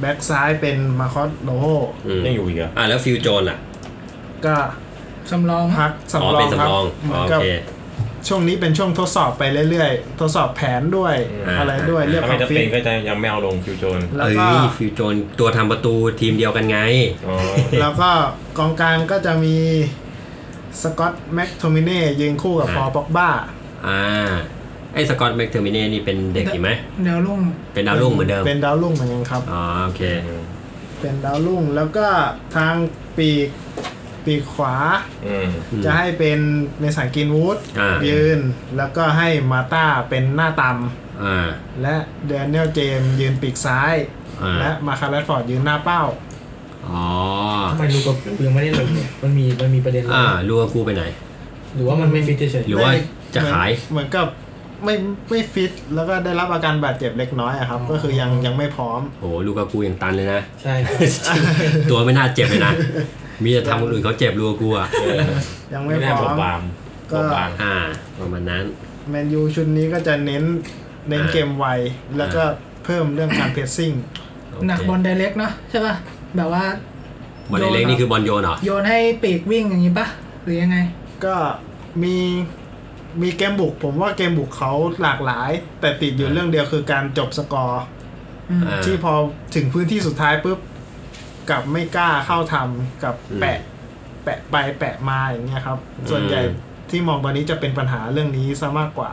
แบ็คซ้ายเป็นมาคอสโลโฮ อืม ยังอยู่อีกเหรอ อ่าแล้วฟิวโจนล่ะ ก็ สำรอง พักสำ อ๋อ รอ เป็ ง น ครั สำ บ รอง เหมื อ๋ อ อนโอ กับ เค ช่วงนี้เป็นช่วงทดสอบไปเรื่อยๆ ทดสอบแผนด้วย อ่า อะไรด้วยเรียก ถ้า ความไม่จะ ฟิตเป็นก็จะยังไม่เอาลงคิวโจน แล้ว เอ้ ก็ ยฟิวโจนตัวทำประตูทีมเดียวกันไง อ๋อ แล้วก็กองกลางก็จะมีสกอตแม็กโทมิเน่ยืนคู่กับ อ่า พอลป็อกบ้า อ่า ไอ้สกอตแม็กเทอร์มิเน่นี่เป็นเด็กอยู่ไหม เดยวลุ่ง เป็นดาวรุ่งเหมือนเดิม เป็นดาวรุ่งเหมือนกันครับ อ๋อ โอเค เป็นดาวรุ่งแล้วก็ทางปีกปีกขวา อืม จะให้เป็นเมสันกินวูด อ่ายื ยืน แล้วก็ให้มาต้าเป็นหน้าต่ อ่า ำและเดนเนลเจมยืนปีกซ้าย อ่า และมาคาร์ลฟอร์ดยืนหน้าเป้า อ๋อ ทำไมลูกกับกูยังไม่ได้ลงเนี่ยมันมีมันมีประเด็นอะไร อ่าลูกกูไปไหน หรือว่ามันไม่ฟิตเฉย หรือว่า ได้ จะขาย เหมือนกับไม่ไม่ฟิตแล้วก็ได้รับอาการบาดเจ็บเล็กน้อยอะครับ ก็คือยังยังไม่พร้อม โอ้โหลูกกูยังตันเลยนะ ๆใช่ ครับ ตัวไม่น่าเจ็บเลยนะ มีแต่ทำคนอื่นเขาเจ็บลูกกูอ่ะ ยังไม่พไม่น่าบ ร้ อ อก ม บาม ก็ บอกบาง อ่า ประมาณนั้น แมนยูชุดนี้ก็จะเน้นเน้น อ่า เกมไว แล้วก็เพิ่มเรื่องการ เพรสซิ่ง โเค หนักบอลไดเรกเนาะใช่ป่ะ แบบว่า บอลเล็กๆนี่คือบอลโยนเหรอ โยนให้ปีกวิ่งอย่างนี้ป่ะ หรือยังไง ก็มีมีเกมบุก ผมว่าเกมบุกเขาหลากหลาย แต่ติดอยู่เรื่องเดียวคือการจบสกอร์ อ่า ที่พอถึงพื้นที่สุดท้ายปุ๊บกลับไม่กล้าเข้าทำกับ อืม แปะ แปะไปแปะมาอย่างเงี้ยครับ ส่วน อืม ใหญ่ที่มองตอนนี้จะเป็นปัญหาเรื่องนี้ซะมากกว่า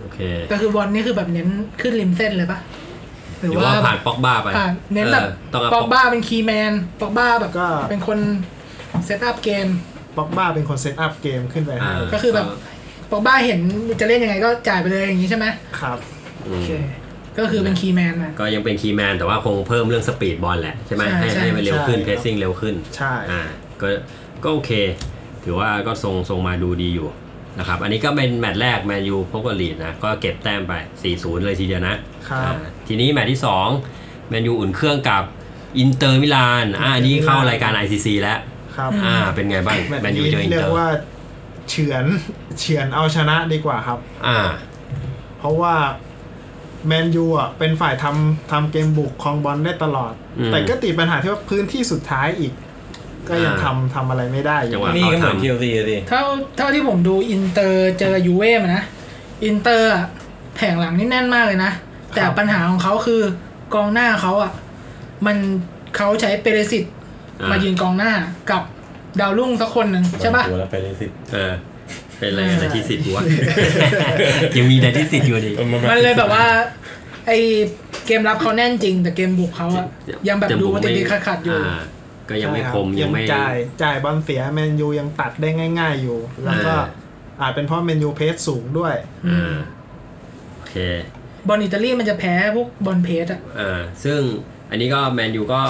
โอ เค แต่คือบอลนี่คือแบบเน้นขึ้นริมเส้นเลยปะ หรือว่าผ่านปอกบ้าไป ผ่านเน้นแบบ ออต้องเอา ป ป อ อก ก บ้าเป็นคีย์แมนปอกบ้าแบบ ก็ เป็นคนเซตอัพเกม ป็อกบ้าเป็นคนเซตอัพเกมขึ้นไป อ่า ให้ ก็คือแบบ ปอกบ้าเห็นจะเล่นยังไงก็จ่ายไปเลยอย่างนี้ใช่ไหม ครับ อื โอ ม เค ก็คือเป็นคีย์แมนนะ ก็ยังเป็นคีย์แมนแต่ว่าคงเพิ่มเรื่องสปีดบอลแหละใช่ไหม ใช่ ให้ ใช่ ให้มันเร็วขึ้น ใช่ เพรสซิ่งเร็วขึ้น ใช่ อ่าก็ก็โอเค ถือว่าก็ทรงทรงมาดูดีอยู่นะครับอันนี้ก็เป็นแมตช์แรกแมนยูพบกับลีดนะก็เก็บแต้มไป 4-0 เลยทีเดียวนะ ครับ อ่าทีนี้แมตช์ที่2แมนยูอุ่นเครื่องกับอินเตอร์มิลานอ่าอันนี้เข้ารายการ ICC แล้ว ครับ อ่าเป็นไงบ้าง แมต แม ช์ นยู นี้ เจออิน เรีย เตอก ร์ ว่าเฉือนเฉือนเอาชนะดีกว่าครับ อ่า เพราะว่าแมนยูอ่ะเป็นฝ่ายทำทำเกมบุกครองบอลได้ตลอด อืม แต่ก็ติดปัญหาที่ว่าพื้นที่สุดท้ายอีก ก็ยัง อ่า ทำทำอะไรไม่ได้อ จัง ยู่ หวะ นี่ เขา ก็เหมือนเที ทำ ยวซีสิ เท่าเท่าที่ผมดูอินเตอร์เจอยูเว่มานะอินเตอร์อะแผงหลังนี่แน่นมากเลยนะ แต่ปัญหาของเขาคือกองหน้าเขาอ่ะ มันเขาใช้เปเรสิตมายืนกองหน้ากับดาวรุ่งสักคนหนึ่งใช่ปะ ตัวแล้วไปเลยสิ เออเป็นอะไรกันนาทีสิบวะ ยังมีนาทีสิบอยู่ดิ มันเลยแบบว่า ไอเกมรับเขาแน่นจริง แต่เกมบุกเขาอะยังแบบดูว่าติดติดขัดๆอยู่ าก็ยังไม่ ใช่ ครับ มยังไม่ จ่ายจ่ายบอลเสียแมนยูยังตัดได้ง่าย ๆอยู่ แล้วก็ อ่า อาจเป็นเพราะแมนยูเพสสูงด้วย อ่าโอเค บอลอิตาลีมันจะแพ้พวกบอลเพสอะ อ่าซึ่งอันนี้ก็แมนยูก็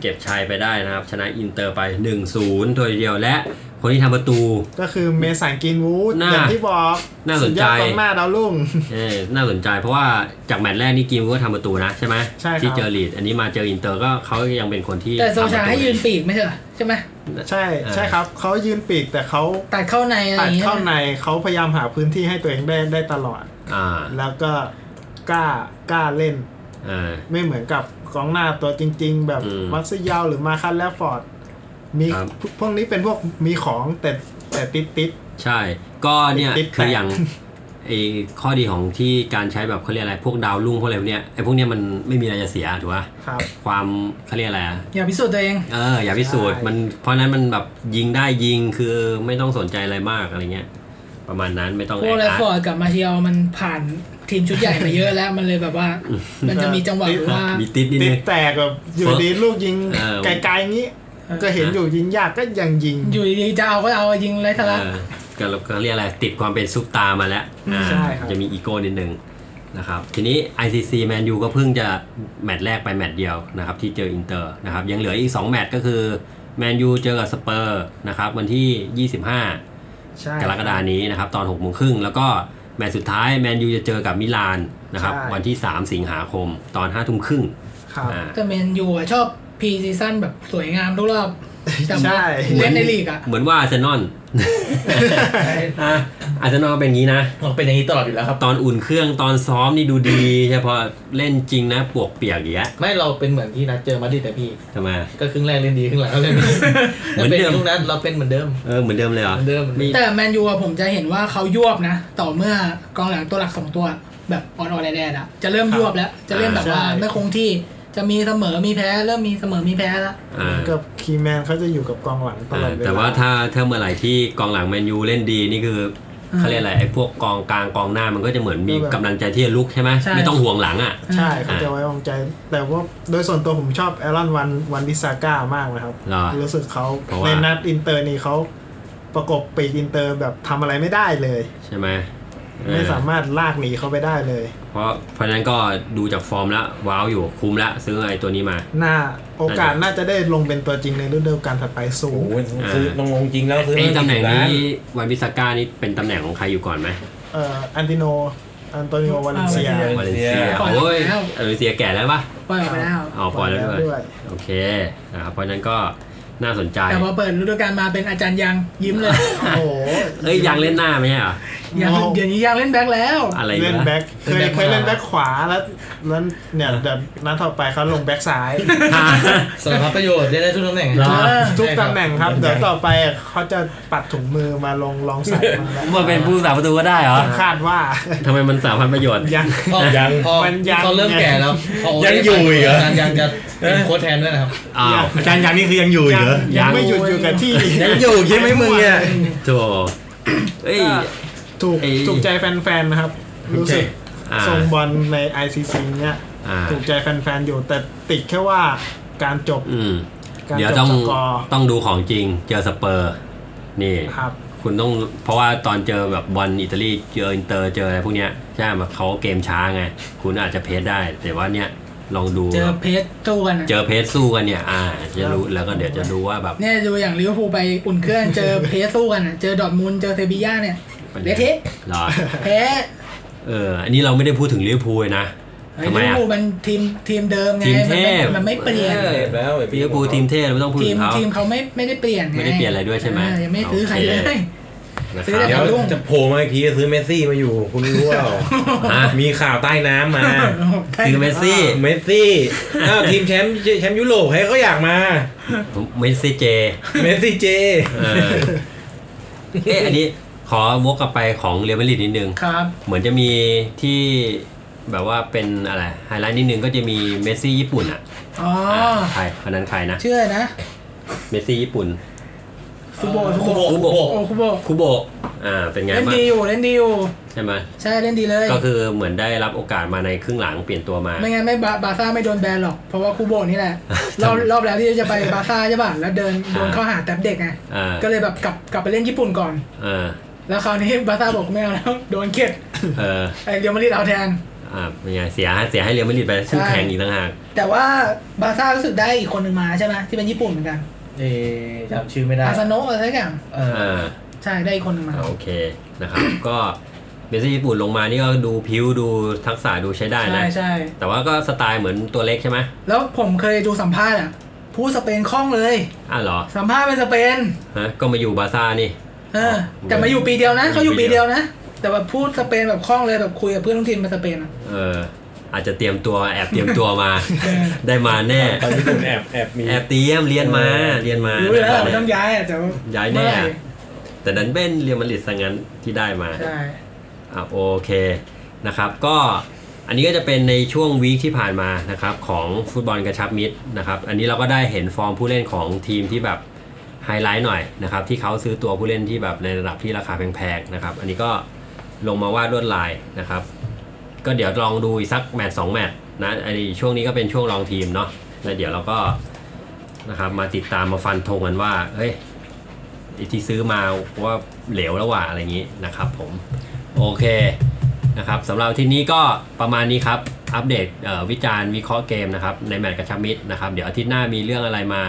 เก็บชัยไปได้นะครับ ชนะอินเตอร์ไป 1-0โดยเดียวและคนที่ทำประตู ก็คือเมสันกินวูด น่า อย่างที่บอก น่าสนใจ ดยอดกองหน้าดาวรุ่ง เออน่าสนใจเพราะว่าจากแมตช์แรกนี่กิมก็ทำประตูนะใช่ไหม ใช่ครับ ที่เจอลีดอันนี้มาเจออินเตอร์ก็เขายังเป็นคนที่ แต่โซชา ทำประตู ให้ยืนปีกไม่ใช่เหรอใช่ไหม ใช่ใช่ครับ เขายืนปีกแต่เขา ตัดเข้าในอะไร ตั อ ด ย่างเงี้ย เข้าในเขาพยายามหาพื้นที่ให้ตัวเองได้ได้ตลอด อ่า แล้วก็กล้ากล้าเล่น อ่า ไม่เหมือนกับกองหน้าตัวจริง ๆ แบบ อืม มักซิยาวหรือมาคันแลฟฟอร์ดมี ครับ พวกพวกนี้เป็นพวกมีของแต่แต่ติดติด ใช่ ก็เนี่ย ติดแปะ คืออย่างไอ้ข้อดีของที่การใช้แบบเขาเรียกอะไรพวกดาวรุ่งพวกอะไรพวกเนี้ยไอ้พวกเนี้ยมันไม่มีอะไรจะเสียถูกป่ะ ๆครับ ความเขาเรียกอะไรอะ อย่าพิสูจน์ตัวเอง เอออย่าพิสูจน์ ใช่ มันเพราะฉะนั้นมันแบบยิงได้ยิงคือไม่ต้องสนใจอะไรมากอะไรเงี้ยประมาณนั้นไม่ต้อง พวกแร แอ ด ค ฟอ อาร์ต ร์ดกับมาเทียลมันผ่านทีมชุดใหญ่มาเยอะแล้วมันเลยแบบว่า มันจะมีจังหวะหรือว่า มีติดนิด ติ นึ ด ง แตกแบบอยู่ เฟิร์ ดีลูกยิง เออ ไกลๆงี้ เออ ก็เห็นอยู่ยิงยากก็ยังยิง อยู่ดีๆจะเอาก็เอายิงไรทะลัก เออก็เราก็เรียกอะไรติดความเป็นซุปตามาแล้วอ่า ใช่ครับ จะมีอีโก้นิดนึงนะครับทีนี้ ICC แมนยูก็เพิ่งจะแมตช์แรกไปแมตช์เดียวนะครับที่เจออินเตอร์นะครับยังเหลืออีก 2 แมตช์ก็คือแมนยูเจอกับสเปอร์นะครับวันที่ 25 ใช่ กรกฎานี้นะครับตอน6โมงครึ่งแล้วก็แมตช์สุดท้ายแมนยูจะเจอกับมิลานนะครับ ใช่ วันที่ 3 สิงหาคมตอน5ทุ่มครึ่ง ครับ อ่า แต่แมนยูอะชอบพรีซีซั่นแบบสวยงามทุกรอบแต่ ใช่ เล่นในลีกอะ เหมือนว่าอาร์เซนอล อ่ะอาร์เซนอลเป็นอย่างนี้นะ มันเป็นอย่างนี้ตลอดอยู่แล้วครับ ตอนอุ่นเครื่องตอนซ้อมนี่ดูดี ใช่พอเล่นจริงนะปวกเปียกอย่างเงี้ย ไม่เราเป็นเหมือนที่นัดเจอมาดริดแต่พี่ ทำไม ก็ครึ่งแรกเล่นดีครึ่งหลังก็เล่นไม่ดี เหมือนเดิม ราป็ทุกนัดเราเป็นเหมือนเดิม เออเหมือนเดิมเลยเหรอ เหมือนเดิม มี แต่แมนยูอะผมจะเห็นว่าเขายวบนะ ต่อเมื่อกองหลังตัวหลักสองตัว แบบออนออนแดดๆอะจะเริ่มยวบแล้ว จะเริ่มแบบว่า ใช่ ไม่คงที่จะมีเสมอมีแพ้ เริ่มมีเสมอมีแพ้แล้ว อ่า กับคีย์แมนเขาจะอยู่กับกองหลังตลอดเวลา แต่ว่าถ้าถ้าเมื่อไหร่ที่กองหลังแมนยูเล่นดีนี่คืออ ม เขาเรียกอะไรไอ้พวกกองกลางกองหน้ามันก็จะเหมือนมีกำลังใจที่จะลุกใช่ไหม ใช่ ไม่ต้องห่วงหลังอ่ะ ใช่ อ่า เขาจะไว้วางใจ แต่ว่าโดยส่วนตัวผมชอบแอรอนวันวันดิซาก้ามากนะครับ เหรอ รู้สึกเขา เพราะว่า ในนัดอินเตอร์นี่เขาประกบปีกอินเตอร์แบบทำอะไรไม่ได้เลย ใช่ไหมเออ ไม่สามารถลากหนีเขาไปได้เลย เพราะเพราะฉะนั้นก็ดูจากฟอร์มแล้วว้าวอยู่คุ้มละซื้อไอ้ตัวนี้มา น่าโอกาสน่าจะได้ลงเป็นตัวจริงในฤดูกาลถัดไปสู โอ้ ง โหซื้อลงลงจริงแล้วซื้อ ไอ้ตำแหน่ง มา นี้ กี่สิบล้า วันบิสาก้านี่เป็นตำแหน่งของใครอยู่ก่อนไหม เอ่ออันติโน อันโตนิโอวาเลนเซีย อ่า วาเลนเซีย ปล่อย โอ้ย แล้ว วาเลนเซียแก่แล้วปะ ปล่อยออกไปแล้ว อ๋อปล่อยแล้ว ปล่อยแล้ว ด้ ด้ ว วย ย โอเคนะครับเพราะฉะนั้นก็น่าสนใจ แต่พอเปิดฤดูกาลมาเป็นอาจารย์ยังยิ้มเลย โอ้โห เอ้ยยังเล่นหน้าไหมอ่ะ ยังเดี๋ยวนี้ยังเล่นแบ็คแล้ว อะไร เล่ เล่ น นแบ แบ็คเคย เล่นแบ็ค เคยเล่นแบ็คขวาแล้วแล้วเนี่ยเดี๋ยวนัดต่อไปเขาลงแบ็คซ้าย สารพัดประโยชน์เล่นได้ทุกตำแหน่ง เหรอ ทุกตำแหน่งครับ เดี๋ยวต่อไปเขาจะปัดถุงมือมาลงลองใส่มาแล้ว มาเป็นผู้สาประตูก็ได้เหรอ คาดว่า ทำไมมันสามพันประโยชน์ ยัง พอ ยัง พอ มันยัง เขาเริ่มแก่แล้วพโ ยังอยู่อีกเหรอ ยังยังจะเป็นโค้ชแทนด้วยนะครับ อ้าว อาจารย์ยังนี่คือยังอยู่อีกเหรอ ยั ยัง งไม่หยุดอยู่กับที่ ยังอยู่ใช่ไหมมึงเนี่ย โถเอ้ย ถูกถูกใจแฟนๆนะครับ รู้สึก อ่า ทรงบอลใน ICC เนี่ย อ่า ถูกใจแฟนๆ อยู่แต่ติดแค่ว่าการจบ อืม การ เดี๋ยว จบ ต้อง สกอร์ ต้องดูของจริงเจอสเปอร์ นี่ ครับ คุณต้องเพราะว่าตอนเจอแบบบอลอิตาลีเจออินเตอร์เจออะไรพวกเนี้ยใช่ไหมเขาเกมช้าไง คุณอาจจะเพสได้ แต่ว่าเนี่ยลองดู เจอเพชรตู้กันอะ เจอเพสสู้กันเนี่ย อ่า จะรู้แล้วก็เดี๋ยวจะรู้ว่าแบบ เนี่ยดูอย่างลิเวอร์พูลไปอุ่นเครื่องเจอเพชรสู้กันอะเจอดอร์ทมูลเจอเซบีย่าเนี่ยเละเทะ เหรอ แพ้ เออ อันนี้เราไม่ได้พูดถึงลิเวอร์พูลเลยนะ เฮ้ย ทำไม ลิอ่ะเวอร์พูลมันทีมทีมเดิมไง ทีม มั เท ไม่ พ มันไม่เปลี่ยน ออ เปลี่ยนแล้วไอ้พี่ ลิเวอร์พูลทีมเทพเราไม่ต้องพูด ที ถึงมเขา ทีมเขาไม่ไม่ได้เปลี่ยนง ไม่ได้เปลี่ยนอะไรด้วยใช่ไหม เอยังไม่ซื้อใครเล โอเคนะคยซื้อได้ รับ เดี๋ยวจะโผล่มาอีกทีซื้อเมสซี่มาอยู่ คุณรู้เปล่า ฮะ มีข่าวใต้น้ำมา คือเมสซี่ เมสซี่อ้าวทีมแชมป์แชมป์ยุโรปให้เขาอยากมา เมสซี่เจ เมสซี่เจ เออ เอ๊ะอันนี้ขอวกกลับไปของเรอัลมาดริดนิดนึง ครับ เหมือนจะมีที่แบบว่าเป็นอะไรไฮไลท์นิดนึงก็จะมีเมสซี่ญี่ปุ่นอ่ะ อ๋ออ ใครคนนั้นใครนะ เชื่อนะ เมสซี่ญี่ปุ่น ฟุตบอลฟุตบอล คุโบะ โอ้คุโบะ คุโบะอ่า เป็นไง เล่น บ้าง ดีอยู่เล่นดีอยู่ ใช่ไหม ใช่เล่นดีเลย ก็คือเหมือนได้รับโอกาสมาในครึ่งหลังเปลี่ยนตัวมา ไม่งั้นไม่บาบาซ่าไม่โดนแบนหรอก เพราะว่าคูโบนี่ แหละ รอบรอบแล้วที่จะไปบาซ่าใช่ป่ะแล้วเดินโดน อ่า เข้าหาแต่เด็กไง อ่า ก็เลยแบบกลับกลับไปเล่นญี่ปุ่นก่อน เออ แล้วคราวนี้บาซ่าบอกไม่เอาแล้ว โดนเข็ด เออ ไอเรียวมาดริดเอาแทน อ่าเป็นไงเสียเสียให้เรอัลมาดริดไปคู่แข่งอีกต่างหาก แต่ว่าบาซ่ารู้สึกได้อีกคนหนึ่งมาใช่ไหมที่เป็นญี่ปุ่นเหมือนกัน เอ๊ะจำชื่อไม่ได้ อาซาโนะอะไรสักอย่าง เออ อ่า ใช่ได้อีกคนหนึ่งมา อ่าโอเคนะครับ ก็เมสซี่ญี่ปุ่นลงมานี่ก็ดูผิวดูทักษะดูใช้ได้ ใช่ นะ ใช่ แต่ว่าก็สไตล์เหมือนตัวเล็กใช่ไหม แล้วผมเคยดูสัมภาษณ์อ่ะพูดสเปนคล่องเลย อ้าวเหรอ สัมภาษณ์เป็นสเปน ฮะก็มาอยู่บาร์ซ่านี่ เออ อ๋อ แต่มาอยู่ปีเดียวอนะยู่ เขาอยู่ ปี ปี เดี เดี ย ยว วนะ แต่แบบพูดสเปนแบบคล่องเลยแบบคุยกับเพื่อนร่วมทีมเป็นสเปนอะ เอออาจจะเตรียมตัวแอบเตรียมตัวมา ได้มาแน่ ตอนนี้คุณแอบแอบมี แอบเตรียมเรียนมาเรียนมา รู้แล้วมันต้องย้ายอ่ะแต่ว่ ย้ายแน่ เมื่อไหร่ แต่ดันเป็นเรียนมาดริดซะงั้นที่ได้มา ใช่ อ่ะโอเคนะครับก็อันนี้ก็จะเป็นในช่วงวีคที่ผ่านมานะครับของฟุตบอลกระชับมิตรนะครับอันนี้เราก็ได้เห็นฟอร์มผู้เล่นของทีมที่แบบไฮไลท์หน่อยนะครับที่เขาซื้อตัวผู้เล่นที่แบบในระดับที่ราคาแพงๆนะครับอันนี้ก็ลงมาวาดลวดลายนะครับก็เดี๋ยวลองดูอีกสักแมตช์สองแมตช์นะไอ้ช่วงนี้ก็เป็นช่วงลองทีมเนาะแล้วเดี๋ยวเราก็นะครับมาติดตามมาฟันธงกันว่าเฮ้ยไอ้ที่ซื้อมาว่าเหลวแล้วว่ะอะไรอย่างนี้นะครับผม โอเคนะครับสำหรับที่นี้ก็ประมาณนี้ครับ อัปเดตเอ่อวิจารณ์วิเคราะห์เกมนะครับในแมตช์กระชับมิตรนะครับ เดี๋ยวอาทิตย์หน้ามีเรื่องอะไรมา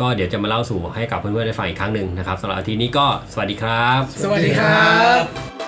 ก็เดี๋ยวจะมาเล่าสู่ให้กับเพื่อนๆได้ฟังอีกครั้งหนึ่งนะครับสำหรับอาทิตย์นี้ก็สวัสดีครับ สวัสดีครับ